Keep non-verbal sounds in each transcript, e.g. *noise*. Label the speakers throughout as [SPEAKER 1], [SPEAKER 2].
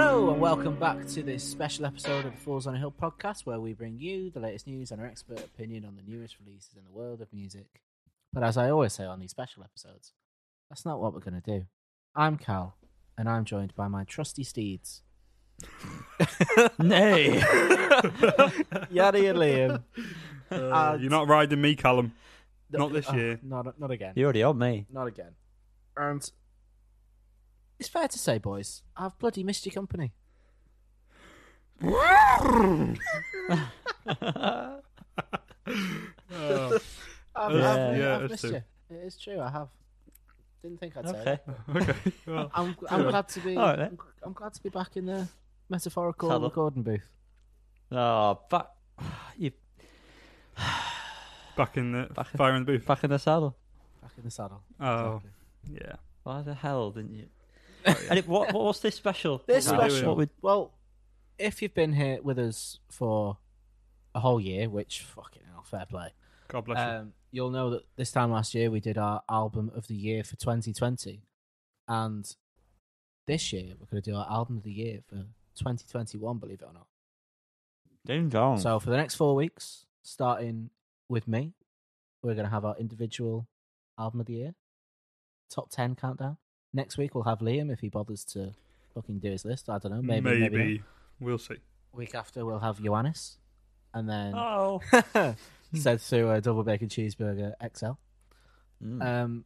[SPEAKER 1] welcome back to this special episode of the Fools on a Hill podcast, where we bring you the latest news and our expert opinion on the newest releases in the world of music. But as I always say on these special episodes, that's not what we're going to do. I'm Cal, and I'm joined by my trusty *laughs* steeds,
[SPEAKER 2] *laughs* Nay.
[SPEAKER 1] Yaddy and *laughs* Liam.
[SPEAKER 3] Uh, you're not riding me, Callum. Not this
[SPEAKER 1] Oh,
[SPEAKER 3] year.
[SPEAKER 1] Not, not again.
[SPEAKER 2] You're already on me.
[SPEAKER 1] Not again. And it's fair to say, boys, I've bloody missed your company.
[SPEAKER 3] *laughs* Oh,
[SPEAKER 1] I've,
[SPEAKER 3] Yeah.
[SPEAKER 1] I've,
[SPEAKER 3] Yeah,
[SPEAKER 1] I've
[SPEAKER 3] it's
[SPEAKER 1] missed
[SPEAKER 3] true.
[SPEAKER 1] you. It is true. I have. Didn't think I'd say.
[SPEAKER 2] Okay.
[SPEAKER 1] It.
[SPEAKER 3] okay. Well,
[SPEAKER 1] I'm, I'm glad to be.
[SPEAKER 2] All right, then.
[SPEAKER 1] I'm, I'm glad to be back in the metaphorical
[SPEAKER 2] Saddle.
[SPEAKER 1] recording booth.
[SPEAKER 2] Oh, back, you
[SPEAKER 3] back in the
[SPEAKER 2] Back in-
[SPEAKER 3] fire in the booth.
[SPEAKER 2] back in the saddle.
[SPEAKER 1] Back in the saddle.
[SPEAKER 3] Oh,
[SPEAKER 1] Exactly.
[SPEAKER 3] yeah.
[SPEAKER 2] Why the hell didn't you? and it, what, what was this special?
[SPEAKER 1] This
[SPEAKER 2] What we-
[SPEAKER 3] special-
[SPEAKER 2] What we,
[SPEAKER 1] Well, if you've been here with us for a whole year, which fucking hell, fair play.
[SPEAKER 3] God bless you.
[SPEAKER 1] Um, you'll know that this time last year we did our album of the year for 2020, and this year we're going to do our album of the year for 2021. Believe it or not.
[SPEAKER 2] ding dong.
[SPEAKER 1] So for the next four weeks, starting with me, we're going to have our individual album of the year, top ten countdown. Next week we'll have Liam if he bothers to fucking do his list. I don't know. Maybe. Maybe. not.
[SPEAKER 3] we'll see.
[SPEAKER 1] Week after we'll have Ioannis, and then *laughs*
[SPEAKER 2] oh.
[SPEAKER 1] said through a double bacon cheeseburger XL.
[SPEAKER 2] Mm.
[SPEAKER 1] Um,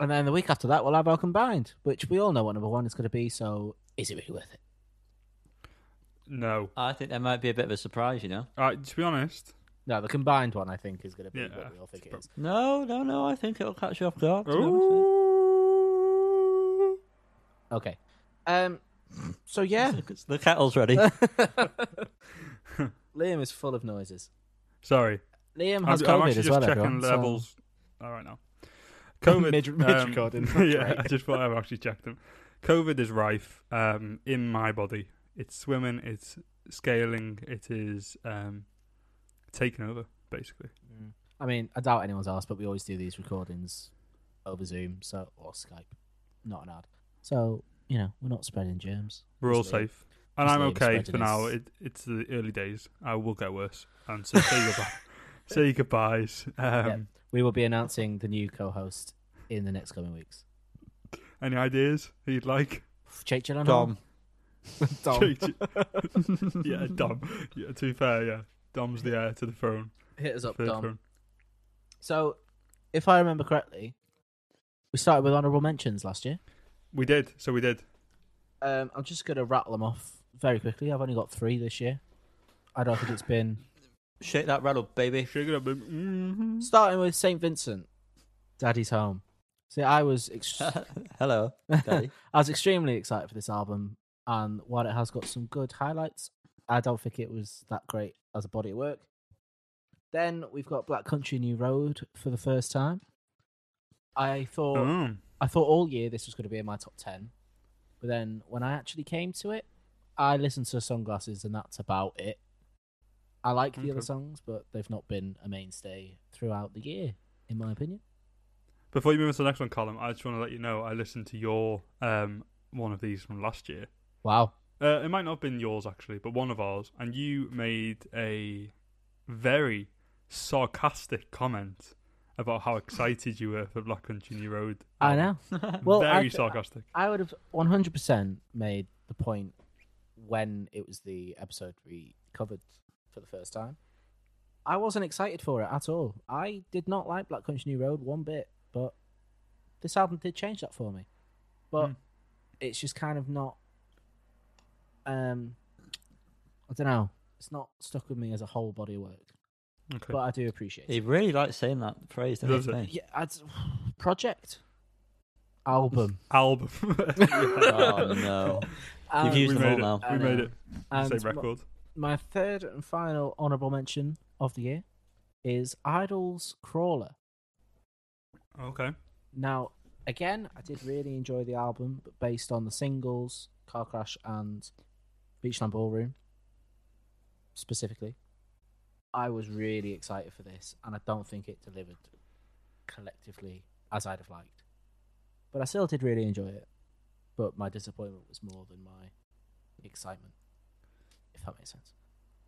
[SPEAKER 1] and then the week after that, we'll have our combined, which we all know what number one is going to be. So, is it really worth it?
[SPEAKER 3] No.
[SPEAKER 2] I think that might be a bit of a surprise, you know.
[SPEAKER 3] Uh, to be honest,
[SPEAKER 1] No, the combined one I think is going to be
[SPEAKER 3] Yeah,
[SPEAKER 1] what we all think it is.
[SPEAKER 2] No, no, no. I think it'll catch you off guard. to be honest with you.
[SPEAKER 3] Ooh.
[SPEAKER 1] Okay. Um. So yeah,
[SPEAKER 2] Because the
[SPEAKER 1] *laughs*
[SPEAKER 2] kettle's ready.
[SPEAKER 1] Liam is full of noises.
[SPEAKER 3] sorry.
[SPEAKER 1] Liam
[SPEAKER 3] I'm,
[SPEAKER 1] has
[SPEAKER 3] I'm
[SPEAKER 1] COVID
[SPEAKER 3] actually
[SPEAKER 1] as
[SPEAKER 3] just
[SPEAKER 1] well.
[SPEAKER 3] checking
[SPEAKER 1] everyone, so-
[SPEAKER 3] levels. All
[SPEAKER 1] *laughs*
[SPEAKER 3] right now. COVID um,
[SPEAKER 1] Mid- mid-recording, that's
[SPEAKER 3] *laughs* yeah,
[SPEAKER 1] right.
[SPEAKER 3] I just thought I've actually checked them. COVID is rife um, in my body. It's swimming. It's scaling. It is um, taking over basically.
[SPEAKER 1] Mm. I mean, I doubt anyone's asked, but we always do these recordings over Zoom, so or Skype, not an ad. So you know, we're not spreading germs.
[SPEAKER 3] We're all
[SPEAKER 1] Just leave.
[SPEAKER 3] safe. And
[SPEAKER 1] Just
[SPEAKER 3] I'm
[SPEAKER 1] leave
[SPEAKER 3] okay
[SPEAKER 1] spreading
[SPEAKER 3] for now.
[SPEAKER 1] this.
[SPEAKER 3] It, it's the early days. I will get worse. And so
[SPEAKER 1] *laughs*
[SPEAKER 3] say goodbye. Say goodbyes. Um,
[SPEAKER 1] Yep. We will be announcing the new co-host in the next coming weeks.
[SPEAKER 3] Any ideas that
[SPEAKER 1] *laughs*
[SPEAKER 3] you'd like?
[SPEAKER 1] Jake Gyllenhaal.
[SPEAKER 2] Dom.
[SPEAKER 1] Dom.
[SPEAKER 3] *laughs* yeah, Dom. Yeah, to be fair, yeah. Dom's the heir to the throne.
[SPEAKER 1] Hit us up,
[SPEAKER 3] Third
[SPEAKER 1] Dom.
[SPEAKER 3] throne.
[SPEAKER 1] So, if I remember correctly, we started with honourable mentions last year.
[SPEAKER 3] We did. So we did.
[SPEAKER 1] Um, I'm just going to rattle them off very quickly. I've only got three this year. I don't think it's been.
[SPEAKER 2] Shake that rattle, baby. *laughs*
[SPEAKER 3] Shake it up. baby. Mhm.
[SPEAKER 1] Starting with St. Vincent, Daddy's Home. See, I was
[SPEAKER 2] *laughs*
[SPEAKER 1] ex- I
[SPEAKER 2] Hello, Daddy.
[SPEAKER 1] was extremely excited for this album, and while it has got some good highlights, I don't think it was that great as a body of work. Then we've got Black Country New Road for the first time. I thought
[SPEAKER 3] Oh.
[SPEAKER 1] I thought all year this was going to be in my top 10. But then when I actually came to it, I listened to Sunglasses and that's about it. I like the other
[SPEAKER 3] Okay.
[SPEAKER 1] songs, but they've not been a mainstay throughout the year, in my opinion.
[SPEAKER 3] Before you move on to the next one, Colin, I just want to let you know I listened to your um, one of these from last year.
[SPEAKER 1] Wow.
[SPEAKER 3] Uh, it might not have been yours actually, but one of ours, and you made a very sarcastic comment about how excited you were for Black Country New Road.
[SPEAKER 1] I know.
[SPEAKER 3] *laughs*
[SPEAKER 1] Well,
[SPEAKER 3] very
[SPEAKER 1] I, th-
[SPEAKER 3] sarcastic.
[SPEAKER 1] I would have 100% made the point when it was the episode we covered for the first time. I wasn't excited for it at all. I did not like Black Country New Road one bit, but this album did change that for me. But
[SPEAKER 3] Hmm.
[SPEAKER 1] it's just kind of not. Um, I don't know. It's not stuck with me as a whole body of work,
[SPEAKER 3] Okay.
[SPEAKER 1] but I do appreciate
[SPEAKER 2] he
[SPEAKER 1] it.
[SPEAKER 2] really likes saying that phrase, doesn't
[SPEAKER 3] Does
[SPEAKER 2] he?
[SPEAKER 1] Yeah, I'd, *sighs* project album.
[SPEAKER 3] Album. *laughs*
[SPEAKER 2] Oh
[SPEAKER 1] *laughs*
[SPEAKER 2] no,
[SPEAKER 1] Um,
[SPEAKER 2] you've used
[SPEAKER 3] we
[SPEAKER 2] them all
[SPEAKER 3] made it.
[SPEAKER 2] now.
[SPEAKER 1] I
[SPEAKER 3] we
[SPEAKER 1] know.
[SPEAKER 3] made it.
[SPEAKER 1] and
[SPEAKER 3] Same
[SPEAKER 1] my-
[SPEAKER 3] record.
[SPEAKER 1] my third and final honourable mention of the year is Idol's Crawler.
[SPEAKER 3] Okay.
[SPEAKER 1] Now, again, I did really enjoy the album, but based on the singles, Car Crash and Beachland Ballroom specifically, I was really excited for this, and I don't think it delivered collectively as I'd have liked. But I still did really enjoy it. But my disappointment was more than my excitement, if that makes sense.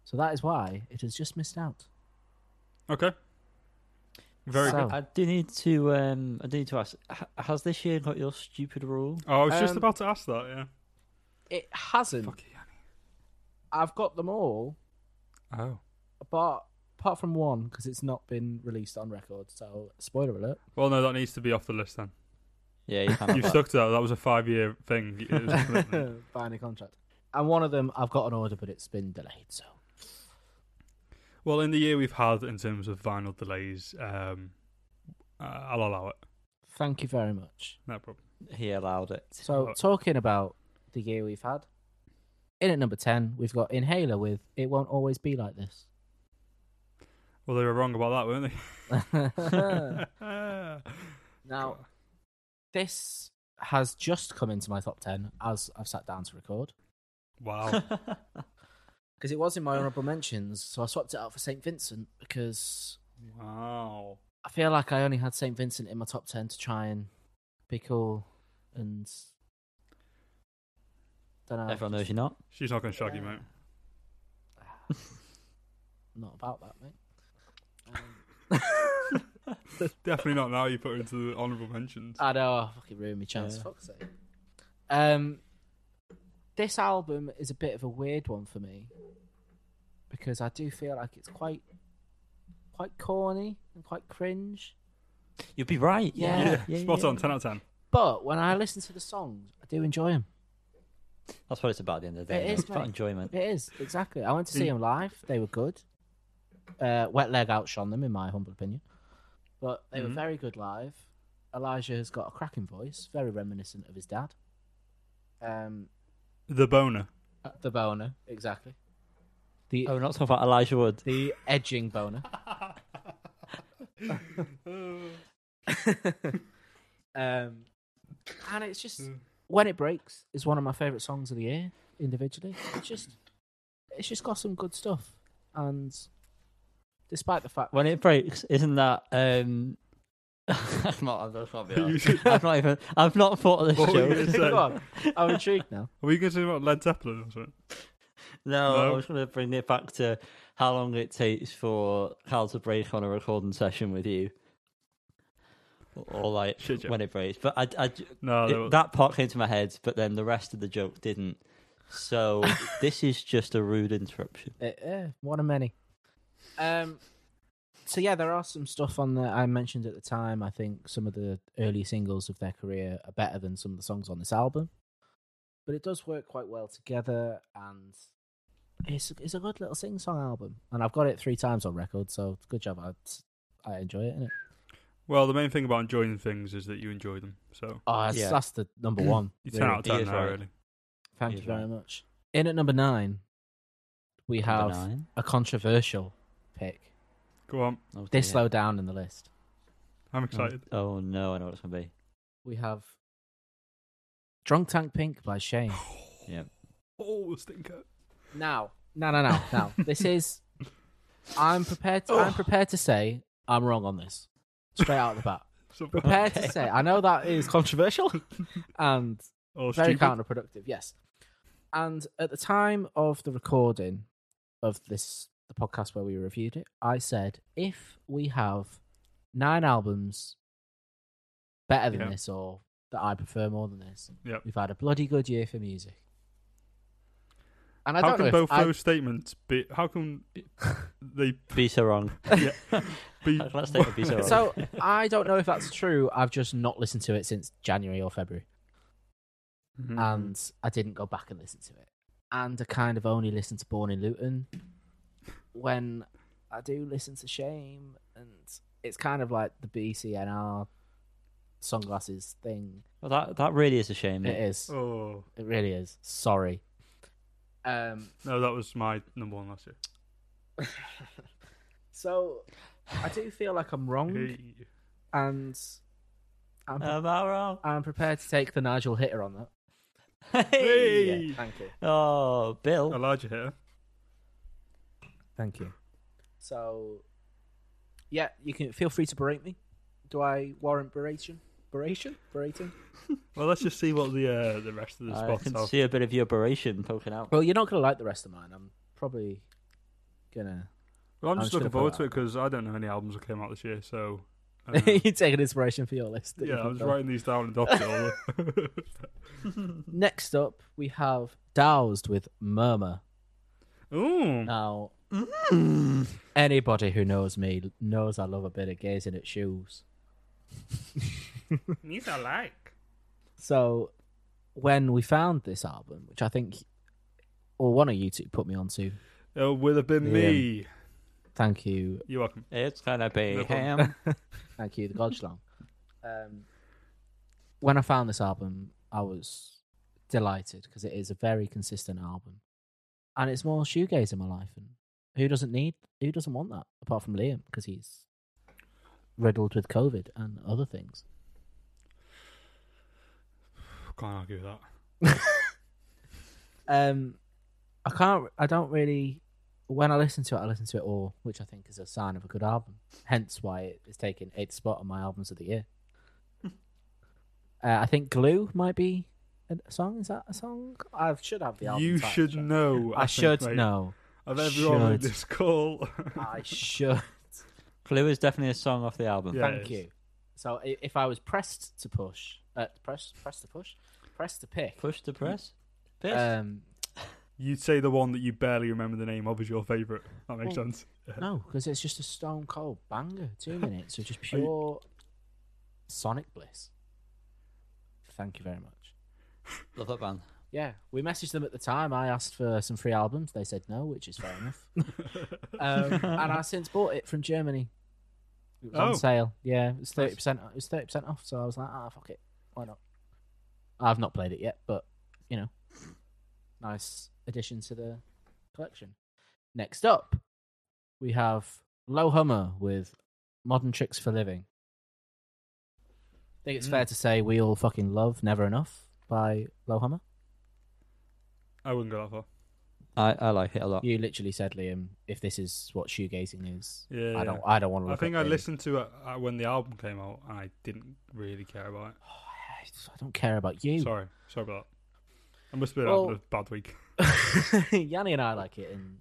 [SPEAKER 1] So that is why it has just missed out.
[SPEAKER 3] Okay. Very
[SPEAKER 1] So-
[SPEAKER 3] good.
[SPEAKER 1] Oh.
[SPEAKER 2] I do need to. Um, I do need to ask. h- Has this year got your stupid rule?
[SPEAKER 3] Oh, I was just
[SPEAKER 1] Um,
[SPEAKER 3] about to ask that. Yeah.
[SPEAKER 1] It hasn't.
[SPEAKER 3] Fuck yeah.
[SPEAKER 1] I've got them all,
[SPEAKER 3] Oh.
[SPEAKER 1] apart apart from one because it's not been released on record. So spoiler alert.
[SPEAKER 3] Well, no, that needs to be off the list then.
[SPEAKER 2] Yeah, you
[SPEAKER 1] *laughs*
[SPEAKER 2] can't.
[SPEAKER 3] You've stuck to that. That was a five-year thing. It was a commitment.
[SPEAKER 1] Buying a contract. And one of them, I've got an order, but it's been delayed. So
[SPEAKER 3] well, in the year we've had in terms of vinyl delays, um, uh, I'll allow it.
[SPEAKER 1] thank you very much.
[SPEAKER 3] No problem.
[SPEAKER 2] he allowed it.
[SPEAKER 1] So
[SPEAKER 3] Oh.
[SPEAKER 1] talking about the year we've had, in at number ten we've got Inhaler with "It Won't Always Be Like This." *laughs*
[SPEAKER 3] Well, they were wrong about that, weren't they?
[SPEAKER 2] *laughs*
[SPEAKER 1] now, this has just come into my top ten as I've sat down to record
[SPEAKER 2] *laughs*
[SPEAKER 3] wow.
[SPEAKER 1] because it was in my honorable mentions, so I swapped it out for Saint Vincent because
[SPEAKER 3] wow.
[SPEAKER 1] I feel like I only had Saint Vincent in my top ten to try and be cool and. Don't know.
[SPEAKER 2] Everyone knows you're not.
[SPEAKER 3] She's not going to shag you, mate.
[SPEAKER 1] Not about that, mate. Um,
[SPEAKER 3] Definitely not now you put her into the honourable mentions.
[SPEAKER 2] Uh,
[SPEAKER 1] I know, I fucking ruined my chance.
[SPEAKER 2] Yeah.
[SPEAKER 1] Fuck's sake. Um, this album is a bit of a weird one for me because I do feel like it's quite, quite corny and quite cringe.
[SPEAKER 2] You'd be right.
[SPEAKER 1] Yeah,
[SPEAKER 2] Yeah,
[SPEAKER 3] Spot
[SPEAKER 2] yeah.
[SPEAKER 3] on, 10 out of 10.
[SPEAKER 1] But when I listen to the songs, I do enjoy them.
[SPEAKER 2] That's what it's about at the end of the day.
[SPEAKER 1] It
[SPEAKER 2] isn't
[SPEAKER 1] is,
[SPEAKER 2] It's about
[SPEAKER 1] mate. *laughs*
[SPEAKER 2] enjoyment.
[SPEAKER 1] It is exactly. I went to see
[SPEAKER 3] In-
[SPEAKER 1] them live. They were good. Uh, Wet Leg outshone them, in my humble opinion, but they were
[SPEAKER 3] Mhm.
[SPEAKER 1] very good live. Elijah has got a cracking voice, very reminiscent of his dad. Um,
[SPEAKER 2] *laughs*
[SPEAKER 3] The boner.
[SPEAKER 1] the boner, exactly. The
[SPEAKER 2] Oh, we're not talking about Elijah Wood.
[SPEAKER 1] the edging boner. um, and it's just
[SPEAKER 3] Mm.
[SPEAKER 1] when it breaks is one of my favorite songs of the year individually. It's just it's just got some good stuff, and despite the fact
[SPEAKER 2] When it breaks, isn't that? um *laughs* I'm not. I'm just not
[SPEAKER 3] *laughs*
[SPEAKER 2] being
[SPEAKER 3] You
[SPEAKER 2] honest.
[SPEAKER 3] should-
[SPEAKER 2] I've not even. I've not thought of this
[SPEAKER 3] *laughs* What were you
[SPEAKER 2] joke.
[SPEAKER 3] gonna say?
[SPEAKER 1] *laughs* Go on, I'm intrigued now.
[SPEAKER 3] Are we going to talk about Led Zeppelin or something?
[SPEAKER 2] No,
[SPEAKER 3] No.
[SPEAKER 2] I was going to bring it back to how long it takes for Cal to break on a recording session with you, or, or like
[SPEAKER 3] Shit joke.
[SPEAKER 2] when it breaks. But I, I j-
[SPEAKER 3] No,
[SPEAKER 2] Uh, it-
[SPEAKER 3] no.
[SPEAKER 2] that part came to my head, but then the rest of the joke didn't.
[SPEAKER 1] *laughs*
[SPEAKER 2] So this is just a rude interruption.
[SPEAKER 1] Uh, yeah, one of many. Um, so yeah, there are some stuff on there I mentioned at the time. I think some of the early singles of their career are better than some of the songs on this album, but it does work quite well together, and it's it's a good little sing song album. And I've got it three times on record, so good job. I I enjoy it. Innit?
[SPEAKER 3] Well, the main thing about enjoying things is that you enjoy them. So
[SPEAKER 1] Oh, that's,
[SPEAKER 2] Yeah.
[SPEAKER 1] that's the number one.
[SPEAKER 3] you
[SPEAKER 1] really.
[SPEAKER 3] 10 out of
[SPEAKER 2] He
[SPEAKER 3] 10
[SPEAKER 2] is
[SPEAKER 3] now,
[SPEAKER 2] right.
[SPEAKER 3] really.
[SPEAKER 1] Thank
[SPEAKER 2] He
[SPEAKER 1] you
[SPEAKER 2] is right.
[SPEAKER 1] very much. In at number nine, we have
[SPEAKER 2] Number nine.
[SPEAKER 1] a controversial pick.
[SPEAKER 3] Go on.
[SPEAKER 2] Oh,
[SPEAKER 1] This
[SPEAKER 2] dear.
[SPEAKER 1] low down in the list.
[SPEAKER 3] I'm excited.
[SPEAKER 2] Oh no, I know what it's going to be.
[SPEAKER 1] we have Drunk Tank Pink by Shane.
[SPEAKER 2] Yeah.
[SPEAKER 3] Oh, stinker.
[SPEAKER 1] Now, no, no, no, no. This is. I'm prepared. To, I'm prepared to say I'm wrong on this. Straight out the bat,
[SPEAKER 3] So
[SPEAKER 1] prepared
[SPEAKER 2] Okay.
[SPEAKER 1] to say. I know that is controversial Um, and
[SPEAKER 3] Oh,
[SPEAKER 1] very
[SPEAKER 3] stupid.
[SPEAKER 1] counterproductive. Yes. And at the time of the recording of this, the podcast where we reviewed it, I said if we have nine albums better than
[SPEAKER 3] Yeah.
[SPEAKER 1] this or that I prefer more than this,
[SPEAKER 3] Yep.
[SPEAKER 1] we've had a bloody good year for music. And I
[SPEAKER 3] How
[SPEAKER 1] don't know
[SPEAKER 3] can
[SPEAKER 1] if
[SPEAKER 3] both
[SPEAKER 1] I-
[SPEAKER 3] those statements be. How
[SPEAKER 1] *laughs*
[SPEAKER 3] can they
[SPEAKER 2] Be so wrong.
[SPEAKER 3] Yeah. be.
[SPEAKER 2] That last statement be so
[SPEAKER 3] *laughs*
[SPEAKER 2] wrong.
[SPEAKER 1] so *laughs* I don't know if that's true. I've just not listened to it since January or February. Mm-hmm.
[SPEAKER 3] Mhm.
[SPEAKER 1] and I didn't go back and listen to it. And I kind of only listened to Born in Luton. When I do listen to Shame, and it's kind of like the BCNR sunglasses thing.
[SPEAKER 2] Well, that that really is a shame.
[SPEAKER 1] It
[SPEAKER 2] mate.
[SPEAKER 1] is.
[SPEAKER 3] Oh.
[SPEAKER 1] It really is. Sorry. Um.
[SPEAKER 3] No, that was my number one last year.
[SPEAKER 1] So I do feel like I'm wrong,
[SPEAKER 3] Hey.
[SPEAKER 1] and I'm,
[SPEAKER 2] Am I wrong? *laughs*
[SPEAKER 1] I'm prepared to take the Nigel hitter on that.
[SPEAKER 2] Hey.
[SPEAKER 3] Hey.
[SPEAKER 1] Thank you.
[SPEAKER 2] Oh, Bill.
[SPEAKER 3] Elijah here.
[SPEAKER 1] Thank you. So, yeah, you can feel free to berate me. Do I warrant beration? Beration? Berating?
[SPEAKER 3] Well, let's just see what the uh, the rest
[SPEAKER 1] *laughs*
[SPEAKER 3] of the
[SPEAKER 2] I
[SPEAKER 3] spots
[SPEAKER 2] can
[SPEAKER 3] are.
[SPEAKER 2] see a bit of your beration poking out.
[SPEAKER 1] Well, you're not going to like the rest of mine. I'm probably going *laughs* to.
[SPEAKER 3] Well, I'm
[SPEAKER 1] I'm
[SPEAKER 3] just
[SPEAKER 1] just
[SPEAKER 3] looking
[SPEAKER 1] gonna
[SPEAKER 3] forward
[SPEAKER 1] put
[SPEAKER 3] to it
[SPEAKER 1] that
[SPEAKER 3] because I don't know any albums that came out this year,
[SPEAKER 1] *laughs*
[SPEAKER 3] so. uh,
[SPEAKER 1] you take an inspiration for your list. that you
[SPEAKER 3] yeah,
[SPEAKER 1] can
[SPEAKER 3] I was
[SPEAKER 1] fill.
[SPEAKER 3] writing these down and adopted all.
[SPEAKER 1] *laughs* Next up, we have Doused with Murmur.
[SPEAKER 3] Ooh,
[SPEAKER 1] Now,
[SPEAKER 3] Mm.
[SPEAKER 1] anybody who knows me knows I love a bit of gazing at shoes.
[SPEAKER 3] these I like.
[SPEAKER 1] So, when we found this album, which I think, or one of you two put me onto,
[SPEAKER 3] Uh, It would have been
[SPEAKER 1] Yeah.
[SPEAKER 3] me.
[SPEAKER 1] thank you,
[SPEAKER 3] You're welcome.
[SPEAKER 2] It's gonna be
[SPEAKER 3] No problem.
[SPEAKER 2] ham.
[SPEAKER 1] thank you, the Godschlong. um, when I found this album, I was delighted because it is a very consistent album, and it's more shoegaze in my life. And who doesn't need, who doesn't want that apart from Liam because he's riddled with COVID and other things.
[SPEAKER 3] Can't argue with that.
[SPEAKER 1] um i can't i don't really when i listen to it i listen to it all which i think is a sign of a good album hence why it is taking eighth spot on my albums of the
[SPEAKER 3] *laughs*
[SPEAKER 1] year uh, i think glue might be a song is that a song i should have the album
[SPEAKER 3] you
[SPEAKER 1] title,
[SPEAKER 3] should
[SPEAKER 1] shouldn't *laughs*
[SPEAKER 3] know.
[SPEAKER 1] i, I
[SPEAKER 3] think,
[SPEAKER 1] should
[SPEAKER 3] mate,
[SPEAKER 1] know
[SPEAKER 3] Of everyone on
[SPEAKER 1] Should.
[SPEAKER 3] this call. *laughs*
[SPEAKER 1] i should
[SPEAKER 2] Clue is definitely a song off the album.
[SPEAKER 3] Yeah,
[SPEAKER 1] thank
[SPEAKER 3] it is.
[SPEAKER 1] you so i- if i was pressed to push uh, press press to push press to pick
[SPEAKER 2] Push to press. Piss.
[SPEAKER 1] um
[SPEAKER 3] You'd say the one that you barely remember the name of is your favourite. That makes
[SPEAKER 1] Well,
[SPEAKER 3] sense. *laughs*
[SPEAKER 1] No, because it's just a stone cold banger. *laughs* Two minutes of just
[SPEAKER 3] Are you-
[SPEAKER 1] pure sonic bliss. Thank you very much.
[SPEAKER 2] Love that band.
[SPEAKER 1] Yeah, we messaged them at the time. I asked for some free albums. They said no, which is fair enough.
[SPEAKER 3] *laughs*
[SPEAKER 1] um, and I since bought it from Germany. It was
[SPEAKER 3] Oh.
[SPEAKER 1] on sale. Yeah, it was thirty percent. It was thirty percent off. So I was like, ah, fuck it, why not? I've not played it yet, but you know, nice addition to the collection. Next up, we have Low Hummer with Modern Tricks for Living. I think it's
[SPEAKER 3] Mm.
[SPEAKER 1] fair to say we all fucking love Never Enough by Low Hummer.
[SPEAKER 3] I wouldn't go that far.
[SPEAKER 2] I, I like it a lot.
[SPEAKER 1] You literally said, Liam, if this is what shoegazing is,
[SPEAKER 3] Yeah,
[SPEAKER 1] I don't,
[SPEAKER 3] yeah.
[SPEAKER 1] I don't want to.
[SPEAKER 3] I
[SPEAKER 1] Look
[SPEAKER 3] think
[SPEAKER 1] at
[SPEAKER 3] I
[SPEAKER 1] the-
[SPEAKER 3] listened to it uh, when the album came out, and I didn't really care about it.
[SPEAKER 1] I don't care about you.
[SPEAKER 3] Sorry, sorry about that. I must have been
[SPEAKER 1] Well-
[SPEAKER 3] having a bad week.
[SPEAKER 1] *laughs* Yanni and I like it, and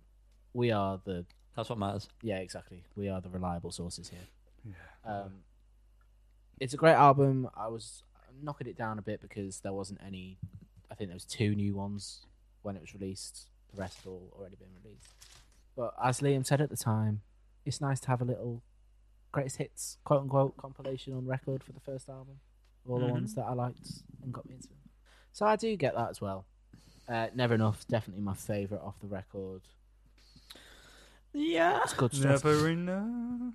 [SPEAKER 1] we are the
[SPEAKER 2] That's what matters.
[SPEAKER 1] yeah, exactly. We are the reliable sources here. Um, it's a great album. I was knocking it down a bit because there wasn't any. I think there was two new ones when it was released. The rest had all already been released. But as Liam said at the time, it's nice to have a little greatest hits, quote unquote, compilation on record for the first album. All the
[SPEAKER 3] Mhm.
[SPEAKER 1] ones that I liked and got me into. So I do get that as well. Uh, Never Enough, definitely my favourite off the record.
[SPEAKER 2] Yeah.
[SPEAKER 1] It's good stuff.
[SPEAKER 3] Never enough.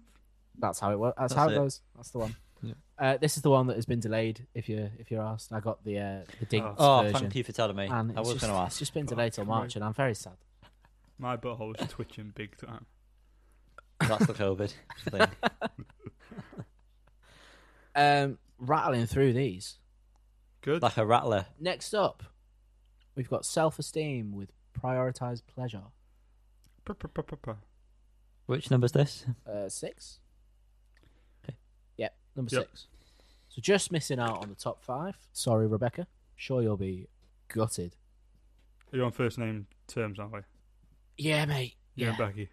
[SPEAKER 1] That's how it works. That's,
[SPEAKER 2] That's
[SPEAKER 1] how it,
[SPEAKER 2] it.
[SPEAKER 1] goes. That's the one.
[SPEAKER 2] Yeah.
[SPEAKER 1] Uh, this is the one that has been delayed. If you if you're asked, I got the uh, the Dinks
[SPEAKER 2] Oh,
[SPEAKER 1] version.
[SPEAKER 2] thank you for telling me.
[SPEAKER 1] And it's
[SPEAKER 2] I was
[SPEAKER 1] just,
[SPEAKER 2] going to
[SPEAKER 1] It's
[SPEAKER 2] ask.
[SPEAKER 1] just been delayed till
[SPEAKER 3] Fucking
[SPEAKER 1] March, and I'm very sad.
[SPEAKER 3] My butthole is twitching big time.
[SPEAKER 2] That's the COVID *laughs* thing.
[SPEAKER 1] Um, rattling through these.
[SPEAKER 3] Good.
[SPEAKER 2] Like a rattler.
[SPEAKER 1] Next up, we've got Self Esteem with Prioritized Pleasure.
[SPEAKER 3] Pa- pa- pa- pa- pa.
[SPEAKER 2] Which number's this?
[SPEAKER 1] Uh, six.
[SPEAKER 2] Okay.
[SPEAKER 1] Yep, number
[SPEAKER 3] Yep.
[SPEAKER 1] six. So just missing out on the top five. Sorry, Rebecca. Sure, you'll be gutted.
[SPEAKER 3] Are you on first name terms, aren't we?
[SPEAKER 1] Yeah, mate.
[SPEAKER 3] You
[SPEAKER 1] Yeah,
[SPEAKER 3] and Becky.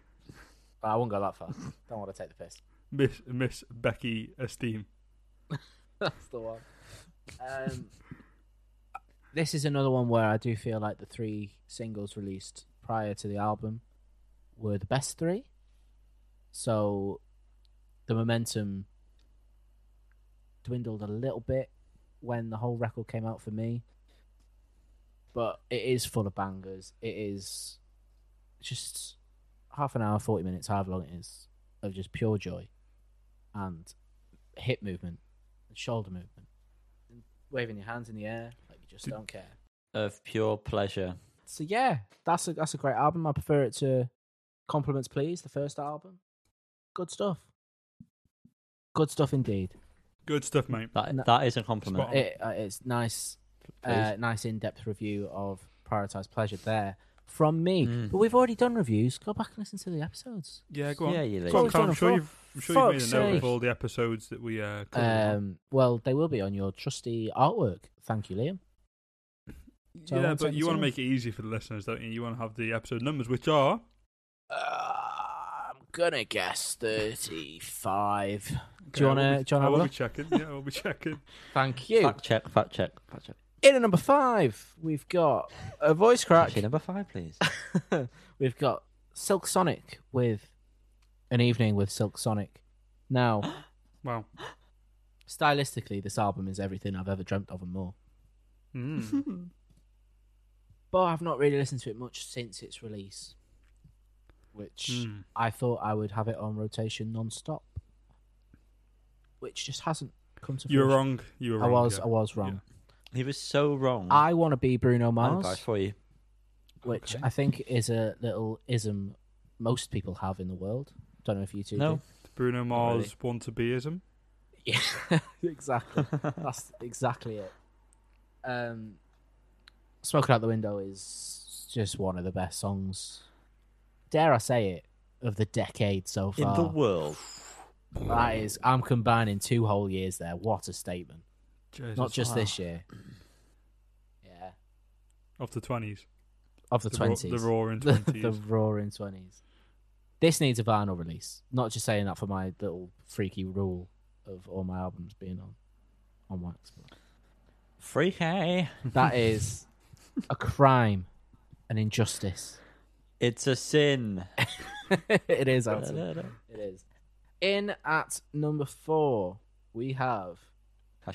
[SPEAKER 1] but I won't go that far. *laughs* Don't want to take the piss.
[SPEAKER 3] Miss Miss Becky Esteem.
[SPEAKER 1] *laughs* That's the one. Um, this is another one where I do feel like the three singles released prior to the album were the best three. So the momentum dwindled a little bit when the whole record came out for me. But it is full of bangers. It is just half an hour, 40 minutes, however long it is, of just pure joy and hip movement and shoulder movement, and waving your hands in the air like you just
[SPEAKER 3] Did-
[SPEAKER 1] don't care.
[SPEAKER 2] Of pure pleasure.
[SPEAKER 1] So yeah, that's a that's a great album. I prefer it to Compliments Please, the first album. Good stuff. Good stuff indeed.
[SPEAKER 3] Good stuff, mate.
[SPEAKER 2] That
[SPEAKER 1] No.
[SPEAKER 2] that is a compliment.
[SPEAKER 3] Spot on.
[SPEAKER 1] It, uh, it's nice, uh, nice in depth review of Prioritized Pleasure there from me.
[SPEAKER 2] Mm.
[SPEAKER 1] But we've already done reviews. Go back and listen to the episodes.
[SPEAKER 3] Yeah, go on.
[SPEAKER 2] Yeah, you
[SPEAKER 3] Go
[SPEAKER 1] Always
[SPEAKER 3] on,
[SPEAKER 1] done
[SPEAKER 2] leave.
[SPEAKER 3] Cam, I'm
[SPEAKER 1] a
[SPEAKER 3] sure
[SPEAKER 1] full-
[SPEAKER 3] you've I'm sure you've made
[SPEAKER 1] Fuck's
[SPEAKER 3] a note
[SPEAKER 1] sake.
[SPEAKER 3] of all the episodes that we uh, covered.
[SPEAKER 1] Um, well, they will be on your trusty artwork. Thank you, Liam. so I
[SPEAKER 3] yeah,
[SPEAKER 1] won't
[SPEAKER 3] but
[SPEAKER 1] take
[SPEAKER 3] you want
[SPEAKER 1] this off.
[SPEAKER 3] to make it easy for the listeners, don't you? You want to have the episode numbers, which are
[SPEAKER 1] Uh, I'm gonna guess thirty-five. Do you
[SPEAKER 3] Okay, I will
[SPEAKER 1] wanna-
[SPEAKER 3] be-
[SPEAKER 1] do you wanna have
[SPEAKER 3] I
[SPEAKER 1] a
[SPEAKER 3] will be
[SPEAKER 1] look?
[SPEAKER 3] checking. Yeah, I will
[SPEAKER 1] *laughs*
[SPEAKER 3] be checking.
[SPEAKER 1] Thank you.
[SPEAKER 2] Fact check, fact check, fact check.
[SPEAKER 1] In at number five, we've got a voice crack.
[SPEAKER 2] Actually, number five, *laughs* please.
[SPEAKER 1] *laughs* we've got Silk Sonic with an evening with Silk Sonic. *gasps* Now,
[SPEAKER 3] Wow.
[SPEAKER 1] stylistically, this album is everything I've ever dreamt of and more. *laughs*
[SPEAKER 3] Mm.
[SPEAKER 1] But I've not really listened to it much since its release, which
[SPEAKER 3] Mm.
[SPEAKER 1] I thought I would have it on rotation non-stop, which just hasn't come to.
[SPEAKER 3] You were
[SPEAKER 1] fruition.
[SPEAKER 3] wrong. You were
[SPEAKER 1] I
[SPEAKER 3] wrong.
[SPEAKER 1] was.
[SPEAKER 3] yeah. Mm.
[SPEAKER 1] I was wrong.
[SPEAKER 2] he was so wrong.
[SPEAKER 1] I want to be Bruno
[SPEAKER 2] I'm
[SPEAKER 1] Mars,
[SPEAKER 2] biased for you.
[SPEAKER 1] which
[SPEAKER 3] Okay.
[SPEAKER 1] I think is a little ism most people have in the world. Don't know if you two
[SPEAKER 2] No.
[SPEAKER 1] do.
[SPEAKER 3] Bruno
[SPEAKER 2] really.
[SPEAKER 3] Mars want to beism.
[SPEAKER 1] Yeah,
[SPEAKER 2] *laughs*
[SPEAKER 1] exactly. *laughs* That's exactly it. Um, "Smoking Out the Window" is just one of the best songs. Dare I say it of the decade so
[SPEAKER 2] In
[SPEAKER 1] far?
[SPEAKER 2] the world.
[SPEAKER 1] That is, I'm combining two whole years there. What a statement!
[SPEAKER 3] Jesus.
[SPEAKER 1] Not just
[SPEAKER 2] wow.
[SPEAKER 1] this
[SPEAKER 2] *clears throat*
[SPEAKER 1] year. Yeah,
[SPEAKER 3] of the twenties.
[SPEAKER 1] of the
[SPEAKER 3] ro-
[SPEAKER 1] twenties,
[SPEAKER 3] the roaring
[SPEAKER 1] *laughs* the,
[SPEAKER 3] twenties.
[SPEAKER 1] roaring twenties. This needs a vinyl release. Not just saying that for my little freaky rule of all my albums being on on wax. but
[SPEAKER 2] Freaky.
[SPEAKER 1] That is a crime, an injustice. *laughs*
[SPEAKER 2] It's a sin.
[SPEAKER 1] it is. Anton.
[SPEAKER 2] Actually,
[SPEAKER 1] It is. In at number four, we have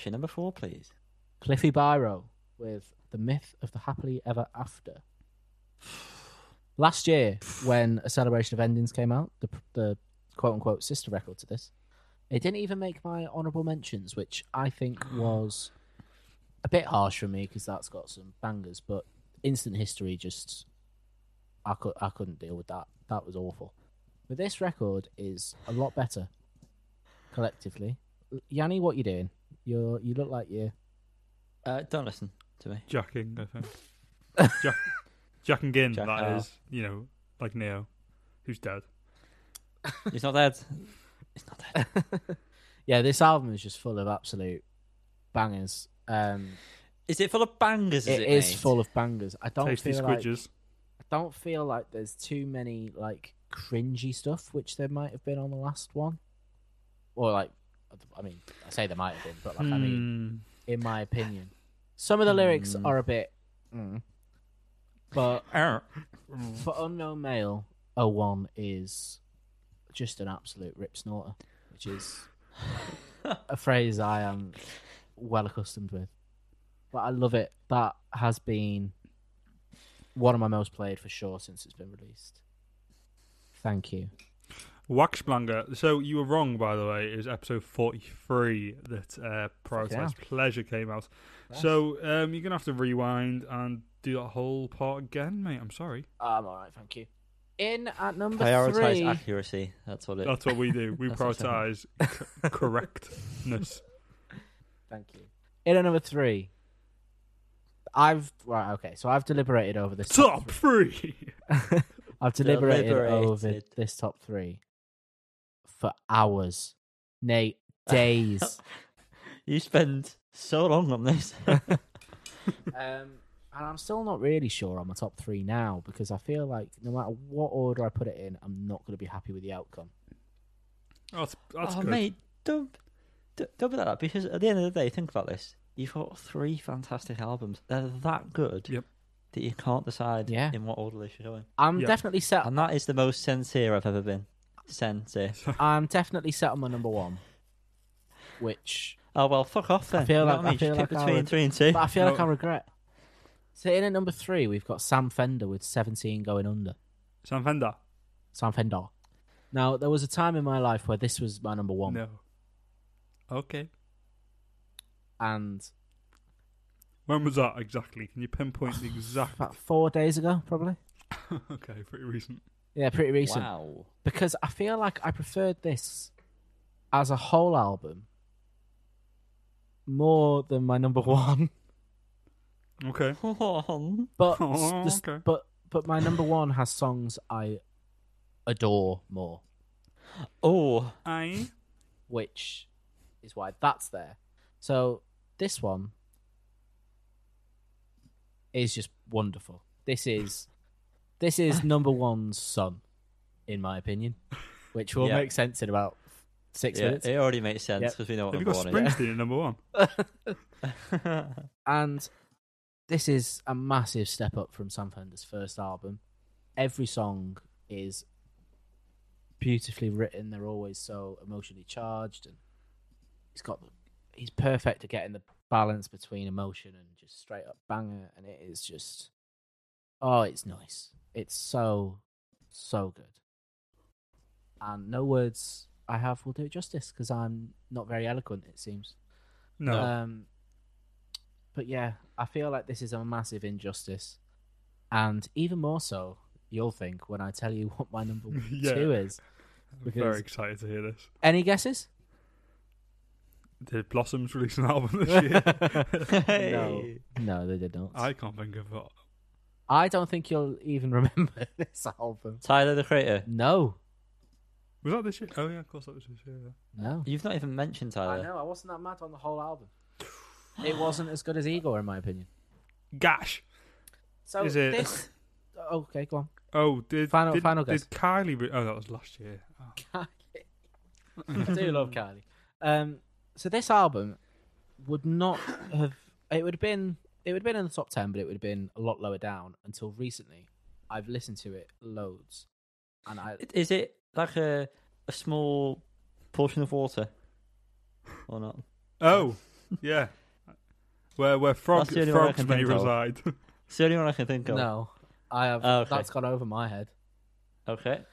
[SPEAKER 2] number four, please.
[SPEAKER 1] Cliffy Byro with The Myth of the Happily Ever After. Last year, when A Celebration of Endings came out, the, the quote unquote sister record to this, it didn't even make my honourable mentions, which I think was a bit harsh for me because that's got some bangers, but instant history just. I, could, I couldn't deal with that. That was awful. But this record is a lot better collectively. Yanni, what you doing? You're, you look like you're
[SPEAKER 2] Uh, don't listen to me.
[SPEAKER 3] Jacking, I think.
[SPEAKER 1] *laughs*
[SPEAKER 3] Jack, Jack and Ginn,
[SPEAKER 2] Jack-
[SPEAKER 3] that
[SPEAKER 2] oh.
[SPEAKER 3] is, you know, like Neo, who's dead.
[SPEAKER 2] He's not dead. He's not dead.
[SPEAKER 1] yeah, this album is just full of absolute bangers. Um,
[SPEAKER 2] Is it full of bangers? Is
[SPEAKER 1] it
[SPEAKER 2] it
[SPEAKER 1] is
[SPEAKER 2] mate?
[SPEAKER 1] full of bangers. I don't
[SPEAKER 3] Tasty
[SPEAKER 1] feel like,
[SPEAKER 3] squidges.
[SPEAKER 1] I don't feel like there's too many like cringy stuff, which there might have been on the last one, or like, I mean, I say there might have been, but like,
[SPEAKER 3] Hmm.
[SPEAKER 1] I mean, in my opinion, some of the lyrics
[SPEAKER 2] Hmm.
[SPEAKER 1] are a bit, mm, but
[SPEAKER 2] Arr.
[SPEAKER 1] for unknown male, 01 is just an absolute rip snorter, which is a phrase I am well accustomed with. But I love it. That has been one of my most played for sure since it's been released. Thank you.
[SPEAKER 3] Waxblanger. So you were wrong, by the way. It was episode 43 that uh, Prioritize
[SPEAKER 1] hell.
[SPEAKER 3] Pleasure came out. So um, you're going to have to rewind and do that whole part again, mate. I'm sorry.
[SPEAKER 1] I'm all right. Thank you. In at number
[SPEAKER 2] Prioritize
[SPEAKER 1] three.
[SPEAKER 2] accuracy. That's what it.
[SPEAKER 3] That's what
[SPEAKER 2] *laughs*
[SPEAKER 3] we do. We
[SPEAKER 2] That's what's
[SPEAKER 3] prioritize
[SPEAKER 2] *laughs*
[SPEAKER 3] c- correctness.
[SPEAKER 1] Thank you. In at number three. I've right okay, so I've deliberated over this.
[SPEAKER 3] Top three. *laughs*
[SPEAKER 1] I've deliberated over
[SPEAKER 2] Deliberated.
[SPEAKER 1] this top three for hours,
[SPEAKER 3] *laughs*
[SPEAKER 1] nay,
[SPEAKER 3] Um,
[SPEAKER 1] days.
[SPEAKER 2] You spend so long on this.
[SPEAKER 1] um, and I'm still not really sure on my top three now because I feel like no matter what order I put it in, I'm not going to be happy with the outcome.
[SPEAKER 3] That's, that's
[SPEAKER 2] oh,
[SPEAKER 3] good.
[SPEAKER 2] mate, don't, don't don't be like that. Because at the end of the day, think about this: you've got three fantastic albums. They're that good
[SPEAKER 3] Yep.
[SPEAKER 2] that you can't decide
[SPEAKER 1] Yeah.
[SPEAKER 2] in what order they should go in.
[SPEAKER 1] I'm
[SPEAKER 3] Yeah.
[SPEAKER 1] definitely
[SPEAKER 3] *laughs*
[SPEAKER 1] set.
[SPEAKER 2] And that is the most sincere I've ever been. Sincere.
[SPEAKER 1] I'm definitely set on my number one, which
[SPEAKER 2] Oh well, fuck off then.
[SPEAKER 1] feel
[SPEAKER 2] You know
[SPEAKER 1] like-
[SPEAKER 2] what
[SPEAKER 1] I
[SPEAKER 2] I mean?
[SPEAKER 1] feel
[SPEAKER 2] Just
[SPEAKER 1] like
[SPEAKER 2] pick
[SPEAKER 1] I
[SPEAKER 2] between
[SPEAKER 1] would-
[SPEAKER 2] three and two.
[SPEAKER 1] but I feel
[SPEAKER 3] Eh, No.
[SPEAKER 1] like I regret. So in at number three, we've got Sam Fender with 17 going under.
[SPEAKER 3] Sam Fender.
[SPEAKER 1] Sam Fender. Now there was a time in my life where this was my number one,
[SPEAKER 3] No. Okay.
[SPEAKER 1] and
[SPEAKER 3] When was that exactly? Can you pinpoint
[SPEAKER 2] *sighs*
[SPEAKER 3] the exact?
[SPEAKER 1] about four days ago, probably.
[SPEAKER 3] *laughs* okay, pretty recent.
[SPEAKER 1] Yeah, pretty recent.
[SPEAKER 2] Wow. *laughs*
[SPEAKER 1] Because I feel like I preferred this as a whole album more than my number *laughs* one.
[SPEAKER 3] Okay.
[SPEAKER 1] But
[SPEAKER 3] Oh,
[SPEAKER 1] this-
[SPEAKER 3] okay.
[SPEAKER 1] but but my number one has songs I adore more.
[SPEAKER 2] Oh,
[SPEAKER 3] I
[SPEAKER 1] which is why that's there. So this one is just wonderful. This is this
[SPEAKER 2] *laughs*
[SPEAKER 1] is number one's son, in my opinion, which will
[SPEAKER 2] Yeah.
[SPEAKER 1] make sense in about six
[SPEAKER 2] yeah,
[SPEAKER 1] minutes.
[SPEAKER 2] it already makes sense
[SPEAKER 1] Yep.
[SPEAKER 2] because we know what
[SPEAKER 3] have you
[SPEAKER 2] number
[SPEAKER 3] got
[SPEAKER 2] one is.
[SPEAKER 3] Springsteen at number one?
[SPEAKER 1] And this is a massive step up from Sam Fender's first album. Every song is beautifully written. They're always so emotionally charged, and he's got he's perfect at getting the balance between emotion and just straight up banger. And it is just oh, it's nice. It's so so good. And no words I have will do it justice because I'm not very eloquent. It seems.
[SPEAKER 3] No.
[SPEAKER 2] Uh,
[SPEAKER 1] Um, but yeah, I feel like this is a massive injustice, and even more so, you'll think when I tell you *laughs* what my
[SPEAKER 3] *laughs*
[SPEAKER 1] number
[SPEAKER 3] Yeah.
[SPEAKER 1] two is.
[SPEAKER 3] I'm
[SPEAKER 1] because-
[SPEAKER 3] very excited to hear this.
[SPEAKER 1] Any guesses?
[SPEAKER 3] Did Blossoms release an
[SPEAKER 2] *laughs*
[SPEAKER 3] album this year?
[SPEAKER 2] *laughs* Hey.
[SPEAKER 1] No, they did not.
[SPEAKER 3] I
[SPEAKER 1] I,
[SPEAKER 3] can't think of what.
[SPEAKER 1] don't think you'll even *laughs* remember this album.
[SPEAKER 2] Tyler the Creator.
[SPEAKER 1] No,
[SPEAKER 3] Was that this year? Oh, yeah, of course that was this year. yeah.
[SPEAKER 1] no.
[SPEAKER 2] You've not even mentioned
[SPEAKER 1] I
[SPEAKER 2] Tyler.
[SPEAKER 1] know. I wasn't that mad on the whole
[SPEAKER 3] *sighs*
[SPEAKER 1] album. It wasn't as good as Igor, in my opinion.
[SPEAKER 3] Gash!
[SPEAKER 1] So
[SPEAKER 3] Is it-
[SPEAKER 1] this? *laughs* Okay, go on.
[SPEAKER 3] Oh, did
[SPEAKER 1] Final-
[SPEAKER 3] did,
[SPEAKER 1] final
[SPEAKER 3] did
[SPEAKER 1] guess.
[SPEAKER 3] Kylie? Re- oh, that was last year. Oh.
[SPEAKER 1] Kylie. *laughs* I do love Kylie. Um, so this album would not have. It would have been. It would have been in the top ten, but it would have been a lot lower down until recently. I've listened to it loads, and I
[SPEAKER 2] Is it like a a small portion of water or not? *laughs*
[SPEAKER 3] Oh, yeah. Where where frog,
[SPEAKER 2] That's the only one I
[SPEAKER 3] frogs
[SPEAKER 2] can
[SPEAKER 3] may
[SPEAKER 2] think of.
[SPEAKER 3] reside. *laughs*
[SPEAKER 2] It's the only one I can think of.
[SPEAKER 1] no, I have.
[SPEAKER 2] Oh, okay.
[SPEAKER 1] That's gone over my head.
[SPEAKER 2] Okay.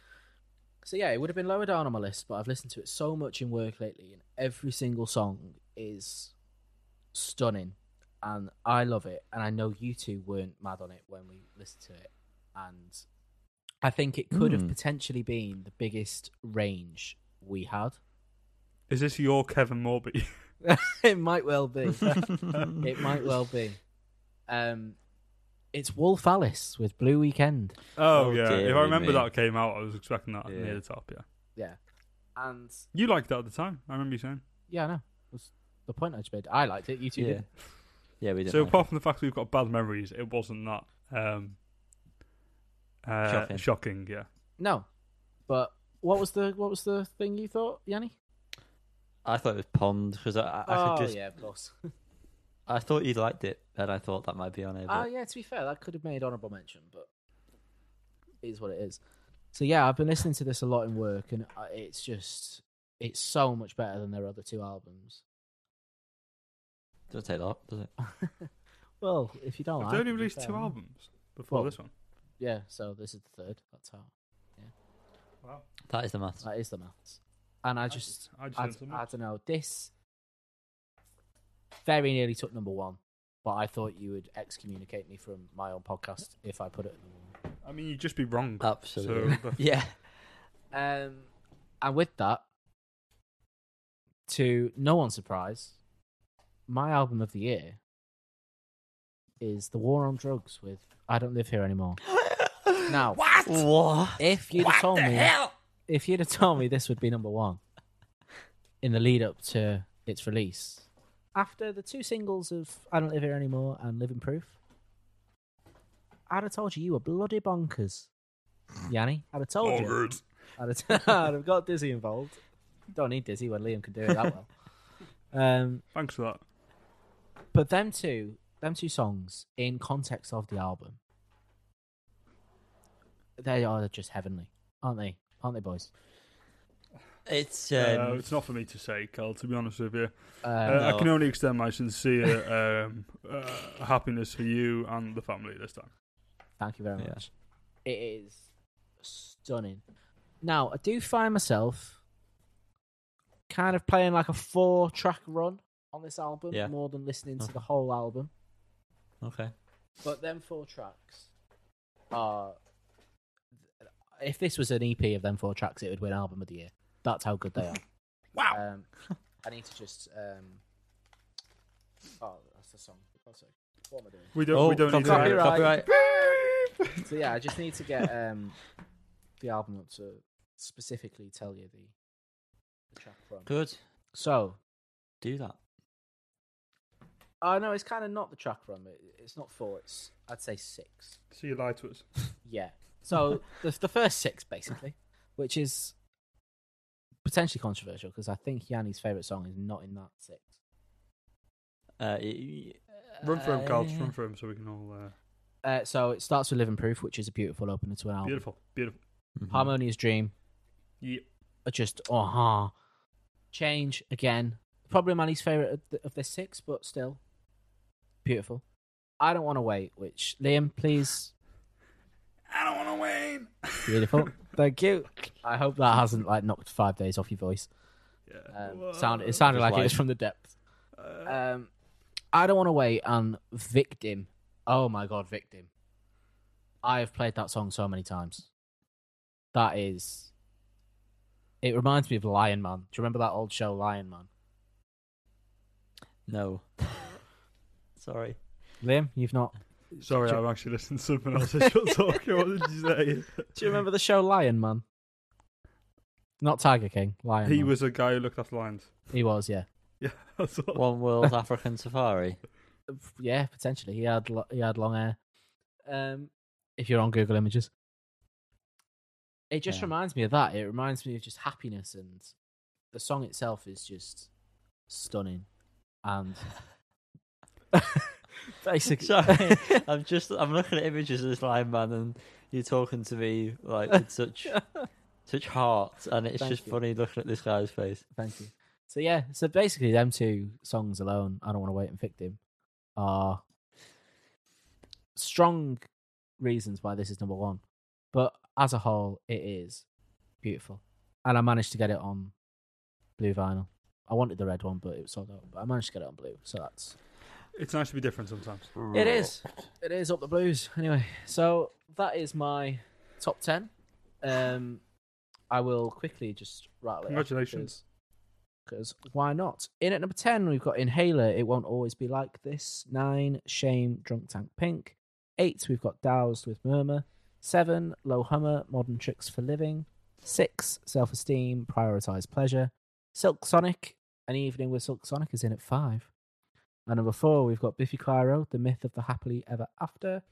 [SPEAKER 1] So yeah, it would have been lower down on my list, but I've listened to it so much in work lately, and every single song is stunning, and I love it. And I know you two weren't mad on it when we listened to it, and I think it could have
[SPEAKER 2] Hmm.
[SPEAKER 1] potentially been the biggest range we had.
[SPEAKER 3] Is this your Kevin Morby?
[SPEAKER 1] it might well be. it might well be. Um, it's Wolf Alice with Blue Weekend.
[SPEAKER 3] Oh,
[SPEAKER 2] *laughs* Oh,
[SPEAKER 3] yeah.
[SPEAKER 2] dear
[SPEAKER 3] If I remember
[SPEAKER 2] me.
[SPEAKER 3] that came out, I was expecting that
[SPEAKER 2] Yeah.
[SPEAKER 3] near the top. Yeah.
[SPEAKER 1] Yeah, and
[SPEAKER 3] You liked that at the time. I remember you saying.
[SPEAKER 1] yeah, I know. Was the point I just made? I liked it. You two
[SPEAKER 2] Yeah.
[SPEAKER 1] didn't.
[SPEAKER 2] Yeah, we did.
[SPEAKER 3] so apart from the fact we've got bad memories, it wasn't that um, uh,
[SPEAKER 2] Shocking.
[SPEAKER 3] shocking. Yeah.
[SPEAKER 1] No, but what was the what was the thing you thought, Yanni?
[SPEAKER 2] I thought it was pond because I, I, I could just.
[SPEAKER 1] Oh, yeah, of course.
[SPEAKER 2] I thought you liked it, and I thought that might be on it.
[SPEAKER 1] Oh
[SPEAKER 2] but-
[SPEAKER 1] yeah, to be fair, that could have made honourable mention, but it is what it is. So yeah, I've been listening to this a lot in work, and I- it's just it's so much better than their other two albums.
[SPEAKER 2] Doesn't take that, does it?
[SPEAKER 1] Well, if
[SPEAKER 2] Oh,
[SPEAKER 1] you don't,
[SPEAKER 3] I've
[SPEAKER 1] like
[SPEAKER 3] only
[SPEAKER 1] it,
[SPEAKER 3] released
[SPEAKER 1] fair
[SPEAKER 3] two
[SPEAKER 1] enough.
[SPEAKER 3] albums before
[SPEAKER 1] Well-
[SPEAKER 3] this one.
[SPEAKER 1] Yeah, so this is the third. That's how
[SPEAKER 3] Wow.
[SPEAKER 2] That is the maths.
[SPEAKER 1] that is the maths. And I just
[SPEAKER 3] I just
[SPEAKER 1] I,
[SPEAKER 3] learned so much.
[SPEAKER 1] don't know. This very nearly took number one, but I thought you would excommunicate me from my own podcast if I put it. at number one.
[SPEAKER 3] I mean, you'd just be wrong.
[SPEAKER 2] Absolutely.
[SPEAKER 3] So
[SPEAKER 1] *laughs*
[SPEAKER 3] the-
[SPEAKER 2] yeah.
[SPEAKER 1] Um, and with that, to no one's surprise, my album of the year is "The War on Drugs" with "I Don't Live Here Anymore." now,
[SPEAKER 2] What?
[SPEAKER 1] if you'd have told me, if you'd have told me this would be number one in the lead up to its release, after the two singles of "I Don't Live Here Anymore" and "Living Proof," I'd have told you you were bloody bonkers, Yanni. I'd have told you.
[SPEAKER 3] Bonkers.
[SPEAKER 1] *laughs* I'd have, I'd have got Dizzy involved. Don't need Dizzy when Liam can do it that well. Um,
[SPEAKER 3] Thanks for that.
[SPEAKER 1] but them two, them two songs in context of the album, they are just heavenly, aren't they? Aren't they, boys?
[SPEAKER 2] It's
[SPEAKER 3] Uh,
[SPEAKER 2] um,
[SPEAKER 3] it's not for me to say, Cal. To be honest with you,
[SPEAKER 1] Uh,
[SPEAKER 3] uh,
[SPEAKER 2] no.
[SPEAKER 3] I can only extend my sincere um, uh, happiness for you and the family this time.
[SPEAKER 1] Thank you very
[SPEAKER 2] Yeah.
[SPEAKER 1] much. It is stunning. Now, I do find myself kind of playing like a four track run on this album
[SPEAKER 2] Yeah.
[SPEAKER 1] more than listening to
[SPEAKER 2] Okay.
[SPEAKER 1] the whole album.
[SPEAKER 2] okay.
[SPEAKER 1] But them four tracks are. If this was an EP of them four tracks, it would win album of the year. That's how good they are.
[SPEAKER 3] Wow.
[SPEAKER 1] Um, I need to just. Um... Oh, that's the song. One sec. What am I doing?
[SPEAKER 3] We don't.
[SPEAKER 2] Oh,
[SPEAKER 3] we don't need to. uh,
[SPEAKER 1] copyright.
[SPEAKER 2] *laughs*
[SPEAKER 3] write-
[SPEAKER 1] So yeah, I just need to get um, the album up to specifically tell you the, the track from.
[SPEAKER 2] Good.
[SPEAKER 1] So,
[SPEAKER 2] Do that.
[SPEAKER 1] oh no, it's kind of not the track from it. It's not four. It's I'd say six.
[SPEAKER 3] So you lied to us.
[SPEAKER 1] Yeah. So the the first six basically, which is potentially controversial because I think Yanni's favorite song is not in that six.
[SPEAKER 2] Uh, y-
[SPEAKER 3] Run for him, Carl.
[SPEAKER 2] uh,
[SPEAKER 3] Just run for him so we can all. Uh,
[SPEAKER 1] Uh, so it starts with "Living Proof," which is a beautiful opener to an album.
[SPEAKER 3] beautiful, beautiful.
[SPEAKER 2] mhm.
[SPEAKER 1] "Harmonious Dream,"
[SPEAKER 3] Yep.
[SPEAKER 1] are just uh huh. Change again. Probably my least favorite of the, of the six, but still beautiful. I don't want to wait. Which Liam, please,
[SPEAKER 3] I don't want to win. *laughs*
[SPEAKER 1] beautiful. Thank you. I hope that hasn't like knocked five days off your voice.
[SPEAKER 3] Yeah.
[SPEAKER 1] Um,
[SPEAKER 3] Whoa.
[SPEAKER 1] sound it sounded
[SPEAKER 2] Just
[SPEAKER 1] like it
[SPEAKER 2] lied.
[SPEAKER 1] was from the depths.
[SPEAKER 3] Uh,
[SPEAKER 1] Um, I don't want to wait. And victim. Oh my god, victim. I have played that song so many times. That is. It reminds me of Lion Man. Do you remember that old show, Lion Man?
[SPEAKER 2] mm-hmm. No. *laughs* Sorry.
[SPEAKER 1] Liam, you've not
[SPEAKER 3] Sorry,
[SPEAKER 1] do-
[SPEAKER 3] I'm actually listening to something else. as you're talking. What did you
[SPEAKER 1] *laughs* Do you remember the show Lion Man? Not Tiger King,
[SPEAKER 3] say?
[SPEAKER 1] Lion
[SPEAKER 3] He
[SPEAKER 1] Man.
[SPEAKER 3] was a guy who looked after lions. *laughs*
[SPEAKER 1] He was, yeah.
[SPEAKER 3] Yeah, that's all.
[SPEAKER 2] One World African Safari.
[SPEAKER 1] Yeah, potentially. He had lo- he had long hair. Um if you're on Google Images. It just
[SPEAKER 2] Yeah.
[SPEAKER 1] reminds me of that. It reminds me of just happiness and the song itself is just stunning.
[SPEAKER 2] *laughs*
[SPEAKER 1] And *laughs* basically *laughs*
[SPEAKER 2] Sorry, *laughs* I'm just I'm looking at images of this lion man, and you're talking to me like with such such heart, and it's
[SPEAKER 1] Thank
[SPEAKER 2] just
[SPEAKER 1] you.
[SPEAKER 2] funny looking at this guy's face.
[SPEAKER 1] Thank you. So yeah, so basically them two songs alone, I don't want to wait and victim, are strong reasons why this is number one. But as a whole, it is beautiful. And I managed to get it on blue vinyl. I wanted the red one, but it was sold out. But I managed to get it on blue, so that's
[SPEAKER 3] It's nice to be different sometimes.
[SPEAKER 1] it is. It is up the blues. Anyway, so that is my top ten. Um, I will quickly just rattle it.
[SPEAKER 3] Congratulations.
[SPEAKER 1] Because why not? In at number ten, we've got Inhaler. It won't always be like this. Nine, Shame, Drunk Tank Pink. Eight, we've got Doused with Murmur. Seven, Low Hummer, Modern Tricks for Living. Six, Self Esteem, Prioritize Pleasure. Silk Sonic, An Evening with Silk Sonic is in at five. And number four, we've got Biffy Clyro, The Myth of the Happily Ever After.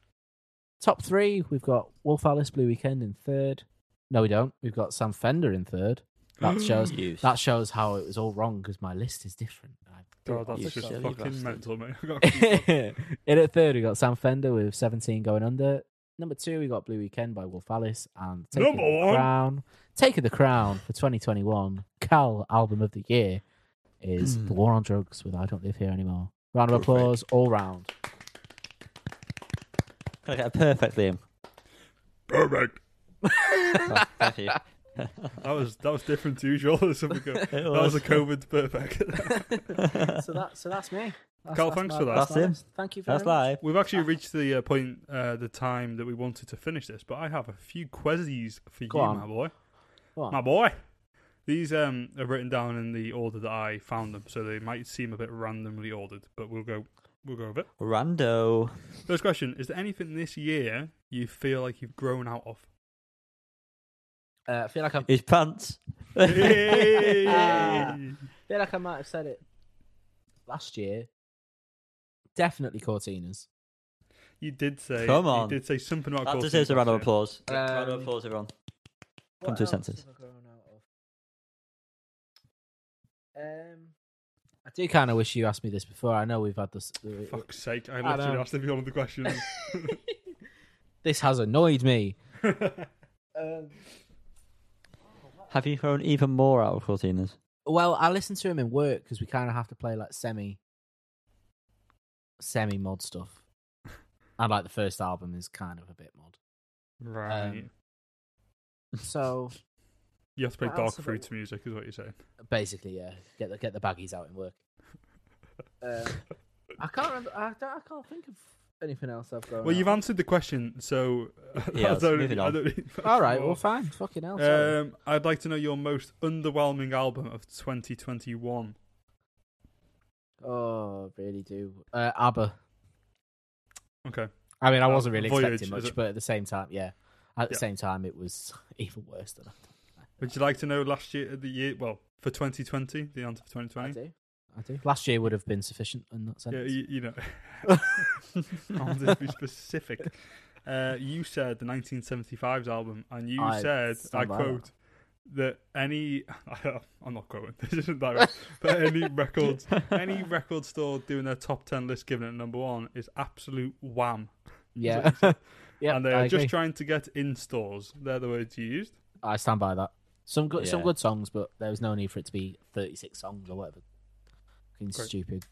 [SPEAKER 1] Top three, we've got Wolf Alice Blue Weekend in third. No, we don't. We've got Sam Fender in third. That shows
[SPEAKER 2] Use.
[SPEAKER 1] that shows how it was all wrong because my list is different. I-
[SPEAKER 3] God,
[SPEAKER 2] You
[SPEAKER 3] that's just
[SPEAKER 2] silly
[SPEAKER 3] fucking
[SPEAKER 2] bastard.
[SPEAKER 3] mental, mate. I got-
[SPEAKER 1] *laughs* in at third, we got Sam Fender with 17 going under. Number two, we got Blue Weekend by Wolf Alice and Taking
[SPEAKER 3] Number
[SPEAKER 1] the
[SPEAKER 3] one.
[SPEAKER 1] Crown. Taking the Crown for 2021 Cal Album of the Year is The War on Drugs with I Don't Live Here Anymore. Round of
[SPEAKER 2] Hmm. Perfect.
[SPEAKER 1] applause all round.
[SPEAKER 2] *laughs* Can I get a perfect Liam?
[SPEAKER 3] Perfect.
[SPEAKER 2] *laughs* Oh, thank you.
[SPEAKER 3] That was that was different to usual. *laughs* That was, that
[SPEAKER 2] It
[SPEAKER 3] was a
[SPEAKER 2] was-
[SPEAKER 3] COVID perfect. *laughs*
[SPEAKER 1] So that so that's me. That's,
[SPEAKER 3] Cal,
[SPEAKER 1] that's
[SPEAKER 3] thanks
[SPEAKER 1] my-
[SPEAKER 3] for that.
[SPEAKER 2] That's
[SPEAKER 1] my
[SPEAKER 2] him.
[SPEAKER 1] list. Thank you very
[SPEAKER 2] That's
[SPEAKER 1] much.
[SPEAKER 2] live.
[SPEAKER 3] We've actually reached the uh, point, uh, the time that we wanted to finish this, but I have a few quizzies for
[SPEAKER 1] Go
[SPEAKER 3] you,
[SPEAKER 1] on.
[SPEAKER 3] my boy.
[SPEAKER 1] Go on.
[SPEAKER 3] My boy. These um, are written down in the order that I found them, so they might seem a bit randomly ordered, but we'll go we'll go with it.
[SPEAKER 2] Rando.
[SPEAKER 3] First question: Is there anything this year you feel like you've grown out
[SPEAKER 1] *laughs*
[SPEAKER 3] of?
[SPEAKER 1] Uh, I feel like I'm,
[SPEAKER 2] His pants.
[SPEAKER 3] Hey!
[SPEAKER 1] feel like I might have said it last year. Definitely Cortinas.
[SPEAKER 3] you did say.
[SPEAKER 2] Come on.
[SPEAKER 3] You did say something about.
[SPEAKER 2] That
[SPEAKER 3] Corsica
[SPEAKER 2] deserves a round of
[SPEAKER 3] last year.
[SPEAKER 2] applause. round
[SPEAKER 1] Um,
[SPEAKER 2] of applause, everyone.
[SPEAKER 1] What
[SPEAKER 2] Come to a
[SPEAKER 1] else
[SPEAKER 2] census.
[SPEAKER 1] have I grown out of? Um, I do kind of wish you asked me this before. I know we've had this. uh,
[SPEAKER 3] Fuck's sake! I
[SPEAKER 1] I
[SPEAKER 3] literally
[SPEAKER 1] know.
[SPEAKER 3] asked if you wanted
[SPEAKER 1] *laughs*
[SPEAKER 3] the question.
[SPEAKER 1] This has annoyed me. Um.
[SPEAKER 2] Have you thrown even more out of Cortinas?
[SPEAKER 1] Well, I listen to him in work because we kind of have to play like semi, semi mod stuff. *laughs* And like the first album is kind of a bit mod.
[SPEAKER 3] right.
[SPEAKER 1] Um, So
[SPEAKER 3] you have to play
[SPEAKER 1] what
[SPEAKER 3] dark
[SPEAKER 1] else have I-
[SPEAKER 3] fruits music, is what you're saying.
[SPEAKER 1] basically, yeah, get the get the baggies out in work. Um, I can't remember. I, don't, I can't think of anything else I've got.
[SPEAKER 3] Well, you've answered the question, so *laughs*
[SPEAKER 2] Yeah,
[SPEAKER 3] I don't,
[SPEAKER 2] moving
[SPEAKER 3] I
[SPEAKER 2] on.
[SPEAKER 3] don't need much
[SPEAKER 1] All right. Well,
[SPEAKER 3] more.
[SPEAKER 1] fine. Fucking hell. sorry.
[SPEAKER 3] Um, I'd like to know your most underwhelming album of 2021.
[SPEAKER 1] oh, I really do. Uh, Abba.
[SPEAKER 3] Okay.
[SPEAKER 1] I mean, I
[SPEAKER 3] Uh,
[SPEAKER 1] wasn't really
[SPEAKER 3] Voyage,
[SPEAKER 1] expecting
[SPEAKER 3] is
[SPEAKER 1] much,
[SPEAKER 3] it?
[SPEAKER 1] but at the same time, yeah. At the *laughs*
[SPEAKER 3] Yeah.
[SPEAKER 1] same time, it was even worse than I.
[SPEAKER 3] Would you like to know last year, the year, well, for 2020, the answer for
[SPEAKER 1] I
[SPEAKER 3] 2020?
[SPEAKER 1] do. I do. Last year would have been sufficient in that sense.
[SPEAKER 3] Yeah,
[SPEAKER 1] *laughs*
[SPEAKER 3] you, *laughs* you know, *laughs* I wanted to be specific. Uh, you said the 1975's album, and you
[SPEAKER 1] I
[SPEAKER 3] said, I
[SPEAKER 1] stand by that.
[SPEAKER 3] quote, that any, *laughs* I'm not quoting, *laughs* this
[SPEAKER 1] *laughs*
[SPEAKER 3] isn't direct, but any records, any record store doing their top 10 list giving it number one is absolute wham.
[SPEAKER 1] yeah. *laughs* yeah.
[SPEAKER 3] and they
[SPEAKER 1] I
[SPEAKER 3] are
[SPEAKER 1] agree.
[SPEAKER 3] just trying to get in stores. They're the words you used.
[SPEAKER 1] I stand by that. Some good, some
[SPEAKER 2] Yeah.
[SPEAKER 1] good songs, but there was no need for it to be thirty-six songs or whatever. Fucking
[SPEAKER 3] Great.
[SPEAKER 1] stupid.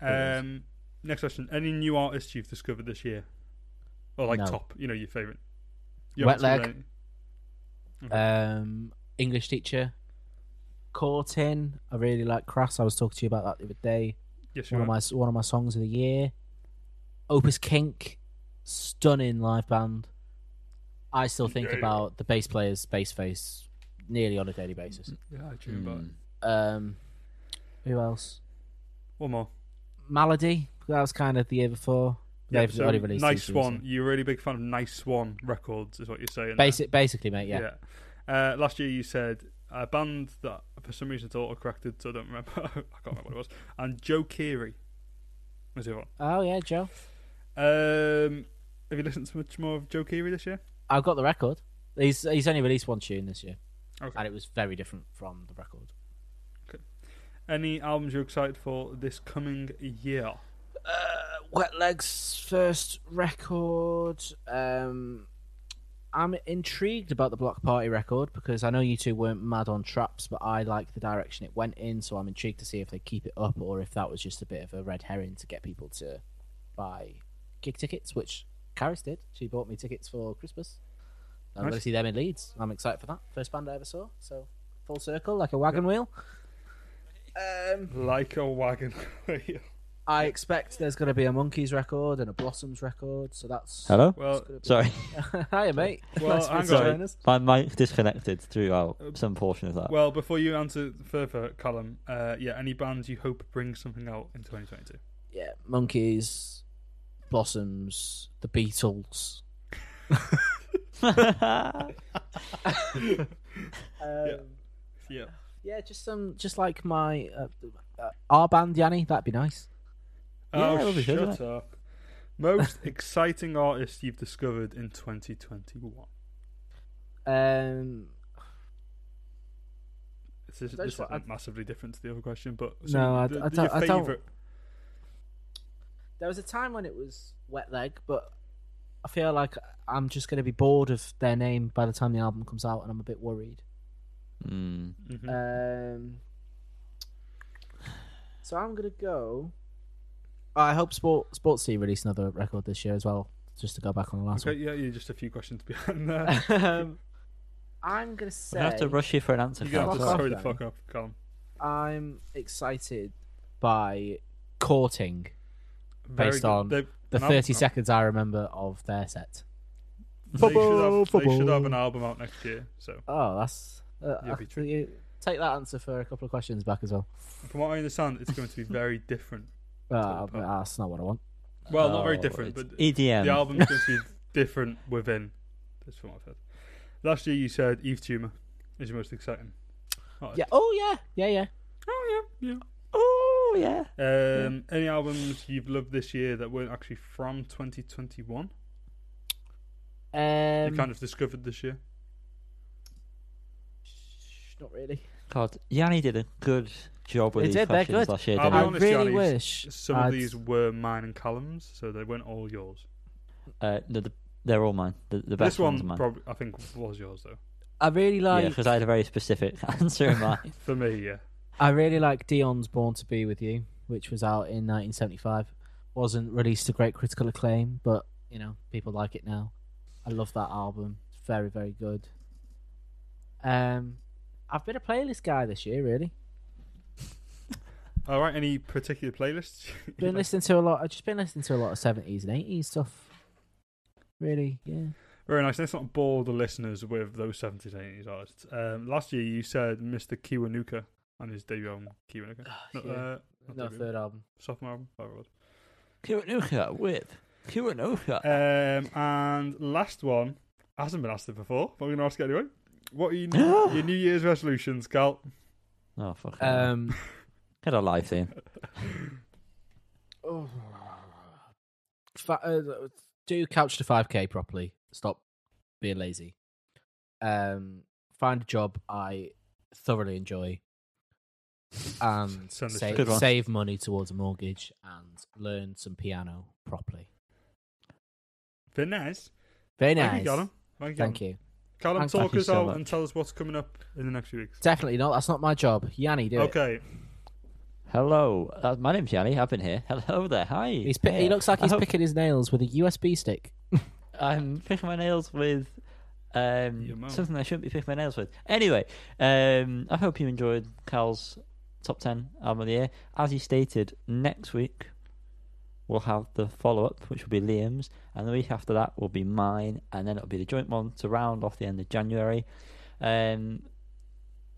[SPEAKER 1] Yes.
[SPEAKER 3] Um, next question. Any new artists you've discovered this year? Or like
[SPEAKER 1] No.
[SPEAKER 3] top, you know, your favourite.
[SPEAKER 1] Wet
[SPEAKER 3] haven't
[SPEAKER 1] Leg.
[SPEAKER 3] seen
[SPEAKER 1] Um, English teacher, caught in. I really like Crass. I was talking to you about that the other day.
[SPEAKER 3] any- Yes, you
[SPEAKER 1] One of my one of my songs of the year. Opus Kink, stunning live band. I still think
[SPEAKER 3] Yeah.
[SPEAKER 1] about the bass player's bass face nearly on a daily basis.
[SPEAKER 3] Yeah, I dream about it.
[SPEAKER 1] Um, who else?
[SPEAKER 3] One more.
[SPEAKER 1] Malady. That was kind of the year before.
[SPEAKER 3] Yeah,
[SPEAKER 1] They've
[SPEAKER 3] so
[SPEAKER 1] already released
[SPEAKER 3] nice
[SPEAKER 1] two, so-
[SPEAKER 3] Swan. You're a really big fan of Nice Swan records, is what you're saying. there.
[SPEAKER 1] Basic, basically, mate. Yeah.
[SPEAKER 3] Yeah. Uh, last year you said a band that for some reason it's auto-corrected, so I don't remember. *laughs* I can't remember what it was. And Joe Keery was the one.
[SPEAKER 1] Oh yeah, Joe.
[SPEAKER 3] Um, have you listened to much more of Joe Keery this year?
[SPEAKER 1] I've got the record. He's he's only released one tune this year,
[SPEAKER 3] Okay.
[SPEAKER 1] and it was very different from the record.
[SPEAKER 3] Any albums you're excited for this coming year?
[SPEAKER 1] Uh, Wet Legs' first record. Um, I'm intrigued about the Block Party record because I know you two weren't mad on traps, but I like the direction it went in. So I'm intrigued to see if they keep it up or if that was just a bit of a red herring to get people to buy gig tickets, which Karis did. She bought me tickets for Christmas. I'm
[SPEAKER 3] Nice.
[SPEAKER 1] going to see them in Leeds. I'm excited for that. First band I ever saw. So full circle, like a wagon wheel. Um,
[SPEAKER 3] Like a wagon *laughs* wheel.
[SPEAKER 1] I expect there's going to be a Monkeys record and a Blossoms record, so that's.
[SPEAKER 2] Hello.
[SPEAKER 3] Well,
[SPEAKER 2] Sorry,
[SPEAKER 1] *laughs* Hiya, mate.
[SPEAKER 3] Well,
[SPEAKER 1] nice
[SPEAKER 3] hang
[SPEAKER 1] to
[SPEAKER 3] on.
[SPEAKER 1] join us.
[SPEAKER 2] my mic disconnected throughout some portion of that.
[SPEAKER 3] well. Before you answer further, Callum. Uh, yeah, any bands you hope bring something out in 2022?
[SPEAKER 1] Yeah, Monkeys, Blossoms, the Beatles.
[SPEAKER 2] *laughs*
[SPEAKER 1] Um, yeah.
[SPEAKER 3] Yeah.
[SPEAKER 1] just some, just like my uh, uh, our band, Yanni. That'd be nice.
[SPEAKER 2] Yeah,
[SPEAKER 3] oh,
[SPEAKER 2] that'll be good,
[SPEAKER 3] shut
[SPEAKER 2] isn't
[SPEAKER 3] up. Most *laughs* exciting artist you've discovered in 2021.
[SPEAKER 1] Um,
[SPEAKER 3] This is
[SPEAKER 1] Don't
[SPEAKER 3] this
[SPEAKER 1] you-
[SPEAKER 3] isn't
[SPEAKER 1] I-
[SPEAKER 3] massively different to the other question, but
[SPEAKER 1] No,
[SPEAKER 3] some-
[SPEAKER 1] I-
[SPEAKER 3] the-
[SPEAKER 1] I
[SPEAKER 3] the-
[SPEAKER 1] don't-
[SPEAKER 3] your
[SPEAKER 1] I don't-
[SPEAKER 3] favorite.
[SPEAKER 1] there was a time when it was Wet Leg, but I feel like I'm just going to be bored of their name by the time the album comes out, and I'm a bit worried.
[SPEAKER 2] Mm.
[SPEAKER 3] Mhm.
[SPEAKER 1] Um, so I'm gonna go. I hope Sport Sports Team release another record this year as well, just to go back on the last *laughs*
[SPEAKER 3] okay, yeah, you're just a few questions *laughs* behind there.
[SPEAKER 1] one. um, I'm gonna say
[SPEAKER 2] I have to rush you for an answer.
[SPEAKER 3] You're gonna
[SPEAKER 2] Carl,
[SPEAKER 3] have to
[SPEAKER 1] fuck off
[SPEAKER 2] sorry.
[SPEAKER 3] hurry the
[SPEAKER 1] then.
[SPEAKER 3] fuck up, Callum.
[SPEAKER 1] I'm excited by courting
[SPEAKER 3] Very
[SPEAKER 1] Based
[SPEAKER 3] good.
[SPEAKER 1] on
[SPEAKER 3] They've-
[SPEAKER 1] the
[SPEAKER 3] an album
[SPEAKER 1] 30
[SPEAKER 3] out.
[SPEAKER 1] seconds I remember of their set.
[SPEAKER 3] They should, have,
[SPEAKER 1] Ba-boom,
[SPEAKER 3] they should have
[SPEAKER 1] ba-boom.
[SPEAKER 3] an album out next year. So,
[SPEAKER 1] Oh, that's uh,
[SPEAKER 3] You'll be
[SPEAKER 1] I- you take that answer for a couple of questions back as well.
[SPEAKER 3] from what I understand, it's going to be very different.
[SPEAKER 1] Uh,
[SPEAKER 3] Totally
[SPEAKER 1] but that's not what I want.
[SPEAKER 3] Well, not very
[SPEAKER 2] Oh,
[SPEAKER 3] different,
[SPEAKER 2] it's
[SPEAKER 3] but
[SPEAKER 2] EDM.
[SPEAKER 3] the album's going to be different within. That's from what I've heard. Last year, you said Eve Tumor is your most exciting. artist.
[SPEAKER 1] Yeah. Oh yeah. Yeah yeah.
[SPEAKER 3] Oh yeah. Yeah.
[SPEAKER 2] Oh yeah.
[SPEAKER 3] Um, Any albums you've loved this year that weren't actually from 2021?
[SPEAKER 1] Um,
[SPEAKER 3] you kind of discovered this year.
[SPEAKER 1] Not really.
[SPEAKER 2] God, Yanni did a good job with
[SPEAKER 1] They
[SPEAKER 2] these
[SPEAKER 1] did, they're
[SPEAKER 2] questions
[SPEAKER 1] good.
[SPEAKER 2] last year.
[SPEAKER 3] I'll
[SPEAKER 2] Didn't
[SPEAKER 3] be
[SPEAKER 1] I
[SPEAKER 2] they?
[SPEAKER 3] honest,
[SPEAKER 1] really
[SPEAKER 3] Yanni,
[SPEAKER 1] wish
[SPEAKER 3] Some
[SPEAKER 1] I'd-
[SPEAKER 3] of these were mine and Callum's, so they weren't all yours.
[SPEAKER 2] Uh, no, the, they're all mine. The, the best
[SPEAKER 3] this one,
[SPEAKER 2] ones are mine.
[SPEAKER 3] probably, I think, was yours though.
[SPEAKER 1] I really
[SPEAKER 2] yeah,
[SPEAKER 1] like.
[SPEAKER 2] because I had a very specific *laughs* answer in
[SPEAKER 1] *laughs*
[SPEAKER 2] mind.
[SPEAKER 3] For me, yeah.
[SPEAKER 1] I really like Dion's Born to Be with You, which was out in 1975. wasn't released to great critical acclaim, but you know people like it now. I love that album. It's very very good. Um, I've been a playlist guy this year.
[SPEAKER 3] *laughs*
[SPEAKER 1] Really,
[SPEAKER 3] All right. Any particular playlists? *laughs*
[SPEAKER 1] been listening to a lot. I've just been listening to a lot of 70s and 80s stuff. Really, yeah.
[SPEAKER 3] Very nice. Let's not bore the listeners with those 70s and 80s artists. Um, last year, you said Mr. Kiwanuka on his debut album, Kiwanuka. No,
[SPEAKER 1] Yeah.
[SPEAKER 3] uh, not
[SPEAKER 1] No
[SPEAKER 3] debut,
[SPEAKER 1] third album.
[SPEAKER 3] sophomore album, whatever it was.
[SPEAKER 2] Kiwanuka with Kiwanuka.
[SPEAKER 3] Um, and last one hasn't been asked it before, but I'm going to ask it anyway. What
[SPEAKER 2] *gasps*
[SPEAKER 3] are your, your New Year's
[SPEAKER 2] *laughs*
[SPEAKER 3] resolutions, Cal?
[SPEAKER 2] Oh fuck! Um,
[SPEAKER 1] Um,
[SPEAKER 2] Get a life in.
[SPEAKER 3] Um,
[SPEAKER 1] oh, *sighs* fa- uh, do couch to 5k properly. Stop being lazy. Um, find a job I thoroughly enjoy and
[SPEAKER 3] *laughs* Send this
[SPEAKER 1] save,
[SPEAKER 2] Good one.
[SPEAKER 1] save money towards a mortgage and learn some piano properly.
[SPEAKER 3] Finesse.
[SPEAKER 1] Very
[SPEAKER 3] Thank
[SPEAKER 1] nice.
[SPEAKER 3] you, Callum. Thank you.
[SPEAKER 1] Thank you.
[SPEAKER 3] Callum,
[SPEAKER 1] Thank-
[SPEAKER 3] talk
[SPEAKER 2] thank you
[SPEAKER 3] us
[SPEAKER 2] so
[SPEAKER 3] out
[SPEAKER 2] much.
[SPEAKER 3] and tell us what's coming up in the next few weeks.
[SPEAKER 1] Definitely not. That's not my job. Yanni, do it.
[SPEAKER 3] Okay.
[SPEAKER 2] Hello, uh, my name's Yanni. I've been here. Hello there. Hi.
[SPEAKER 1] He's pi- he
[SPEAKER 2] Yeah.
[SPEAKER 1] looks like
[SPEAKER 2] I
[SPEAKER 1] he's
[SPEAKER 2] hope-
[SPEAKER 1] picking his nails with a USB stick.
[SPEAKER 2] I'm picking my nails with
[SPEAKER 3] Your
[SPEAKER 2] um,
[SPEAKER 3] mouth.
[SPEAKER 2] something I shouldn't be picking my nails with. Anyway, um, I hope you enjoyed Cal's top 10 album of the year. As he stated, next week we'll have the follow up, which will be Liam's, and the week after that will be mine, and then it'll be the joint one to round off the end of January. Um,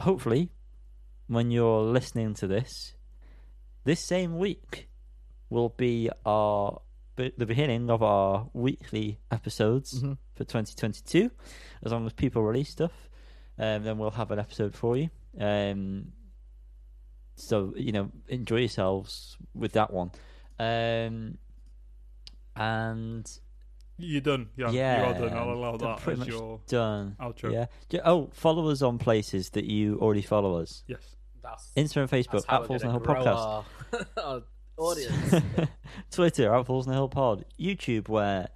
[SPEAKER 2] hopefully, when you're listening to this, this same week will be our be- the beginning of our weekly episodes
[SPEAKER 1] Mhm.
[SPEAKER 2] for 2022. As long as people release stuff, um, then we'll have an episode for you. Um, so you know, enjoy yourselves with that one. Um, and
[SPEAKER 3] You're done. Yeah,
[SPEAKER 2] Yeah,
[SPEAKER 3] you are done. I'll allow
[SPEAKER 2] done
[SPEAKER 3] that
[SPEAKER 2] pretty
[SPEAKER 3] as
[SPEAKER 2] much.
[SPEAKER 3] your
[SPEAKER 2] done.
[SPEAKER 3] outro.
[SPEAKER 2] Yeah. Ju- Oh, follow us on places that you already follow us.
[SPEAKER 3] Yes.
[SPEAKER 1] That's,
[SPEAKER 2] Instagram, and Facebook, at Falls on the Hill Podcast.
[SPEAKER 1] *laughs*
[SPEAKER 2] *laughs* Twitter, at Falls on the Hill Pod. YouTube, where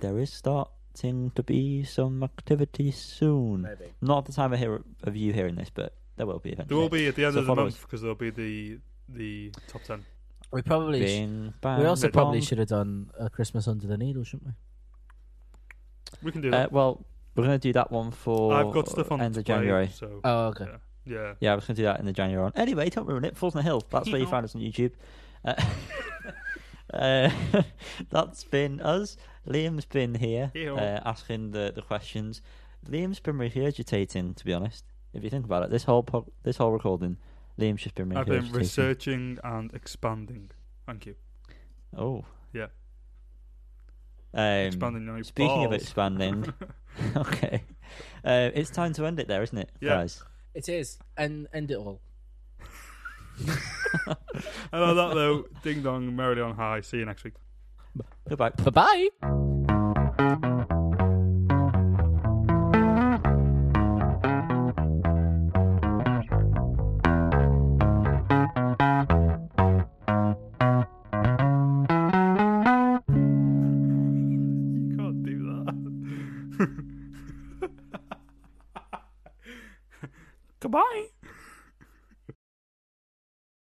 [SPEAKER 2] there is starting to be some activity soon.
[SPEAKER 1] Maybe.
[SPEAKER 2] Not at the time of, hear- of you hearing this, but there will be eventually.
[SPEAKER 3] There will be at the end
[SPEAKER 2] So
[SPEAKER 3] of the
[SPEAKER 2] follow
[SPEAKER 3] month because there'll be the the top ten.
[SPEAKER 1] We probably sh-
[SPEAKER 2] Bing, bang,
[SPEAKER 1] we also
[SPEAKER 3] bit
[SPEAKER 1] probably
[SPEAKER 2] bong.
[SPEAKER 1] should have done a Christmas under the needle, shouldn't we?
[SPEAKER 3] We can do
[SPEAKER 2] Uh,
[SPEAKER 3] that.
[SPEAKER 2] well, we're going to do that one for
[SPEAKER 3] I've got stuff on
[SPEAKER 2] end
[SPEAKER 3] to
[SPEAKER 2] of
[SPEAKER 3] play,
[SPEAKER 2] January. Uh,
[SPEAKER 3] So
[SPEAKER 1] Oh, okay.
[SPEAKER 3] yeah. yeah.
[SPEAKER 2] Yeah, I was going to do that in the January one. Anyway, don't ruin it. Falls on the Hill.
[SPEAKER 3] *laughs*
[SPEAKER 2] That's where you find us on YouTube. Uh, *laughs* uh, *laughs* that's been us. Liam's been here
[SPEAKER 3] Hey-ho.
[SPEAKER 2] uh, asking the, the questions. Liam's been regurgitating, to be honest. If you think about it, this whole po- this whole recording, Liam's just been regurgitating.
[SPEAKER 3] I've been researching and expanding. Thank you.
[SPEAKER 2] Oh,
[SPEAKER 3] Yeah.
[SPEAKER 2] Um,
[SPEAKER 3] Expanding your
[SPEAKER 2] Speaking of
[SPEAKER 3] balls. *laughs*
[SPEAKER 2] expanding, *laughs* okay, uh, it's time to end it there, isn't it,
[SPEAKER 3] Yeah.
[SPEAKER 2] guys?
[SPEAKER 1] It is. And end it all.
[SPEAKER 3] And on that though, ding dong, merrily on high. See you next week.
[SPEAKER 2] Goodbye.
[SPEAKER 1] Bye bye.
[SPEAKER 3] You can't do *laughs* that. Goodbye.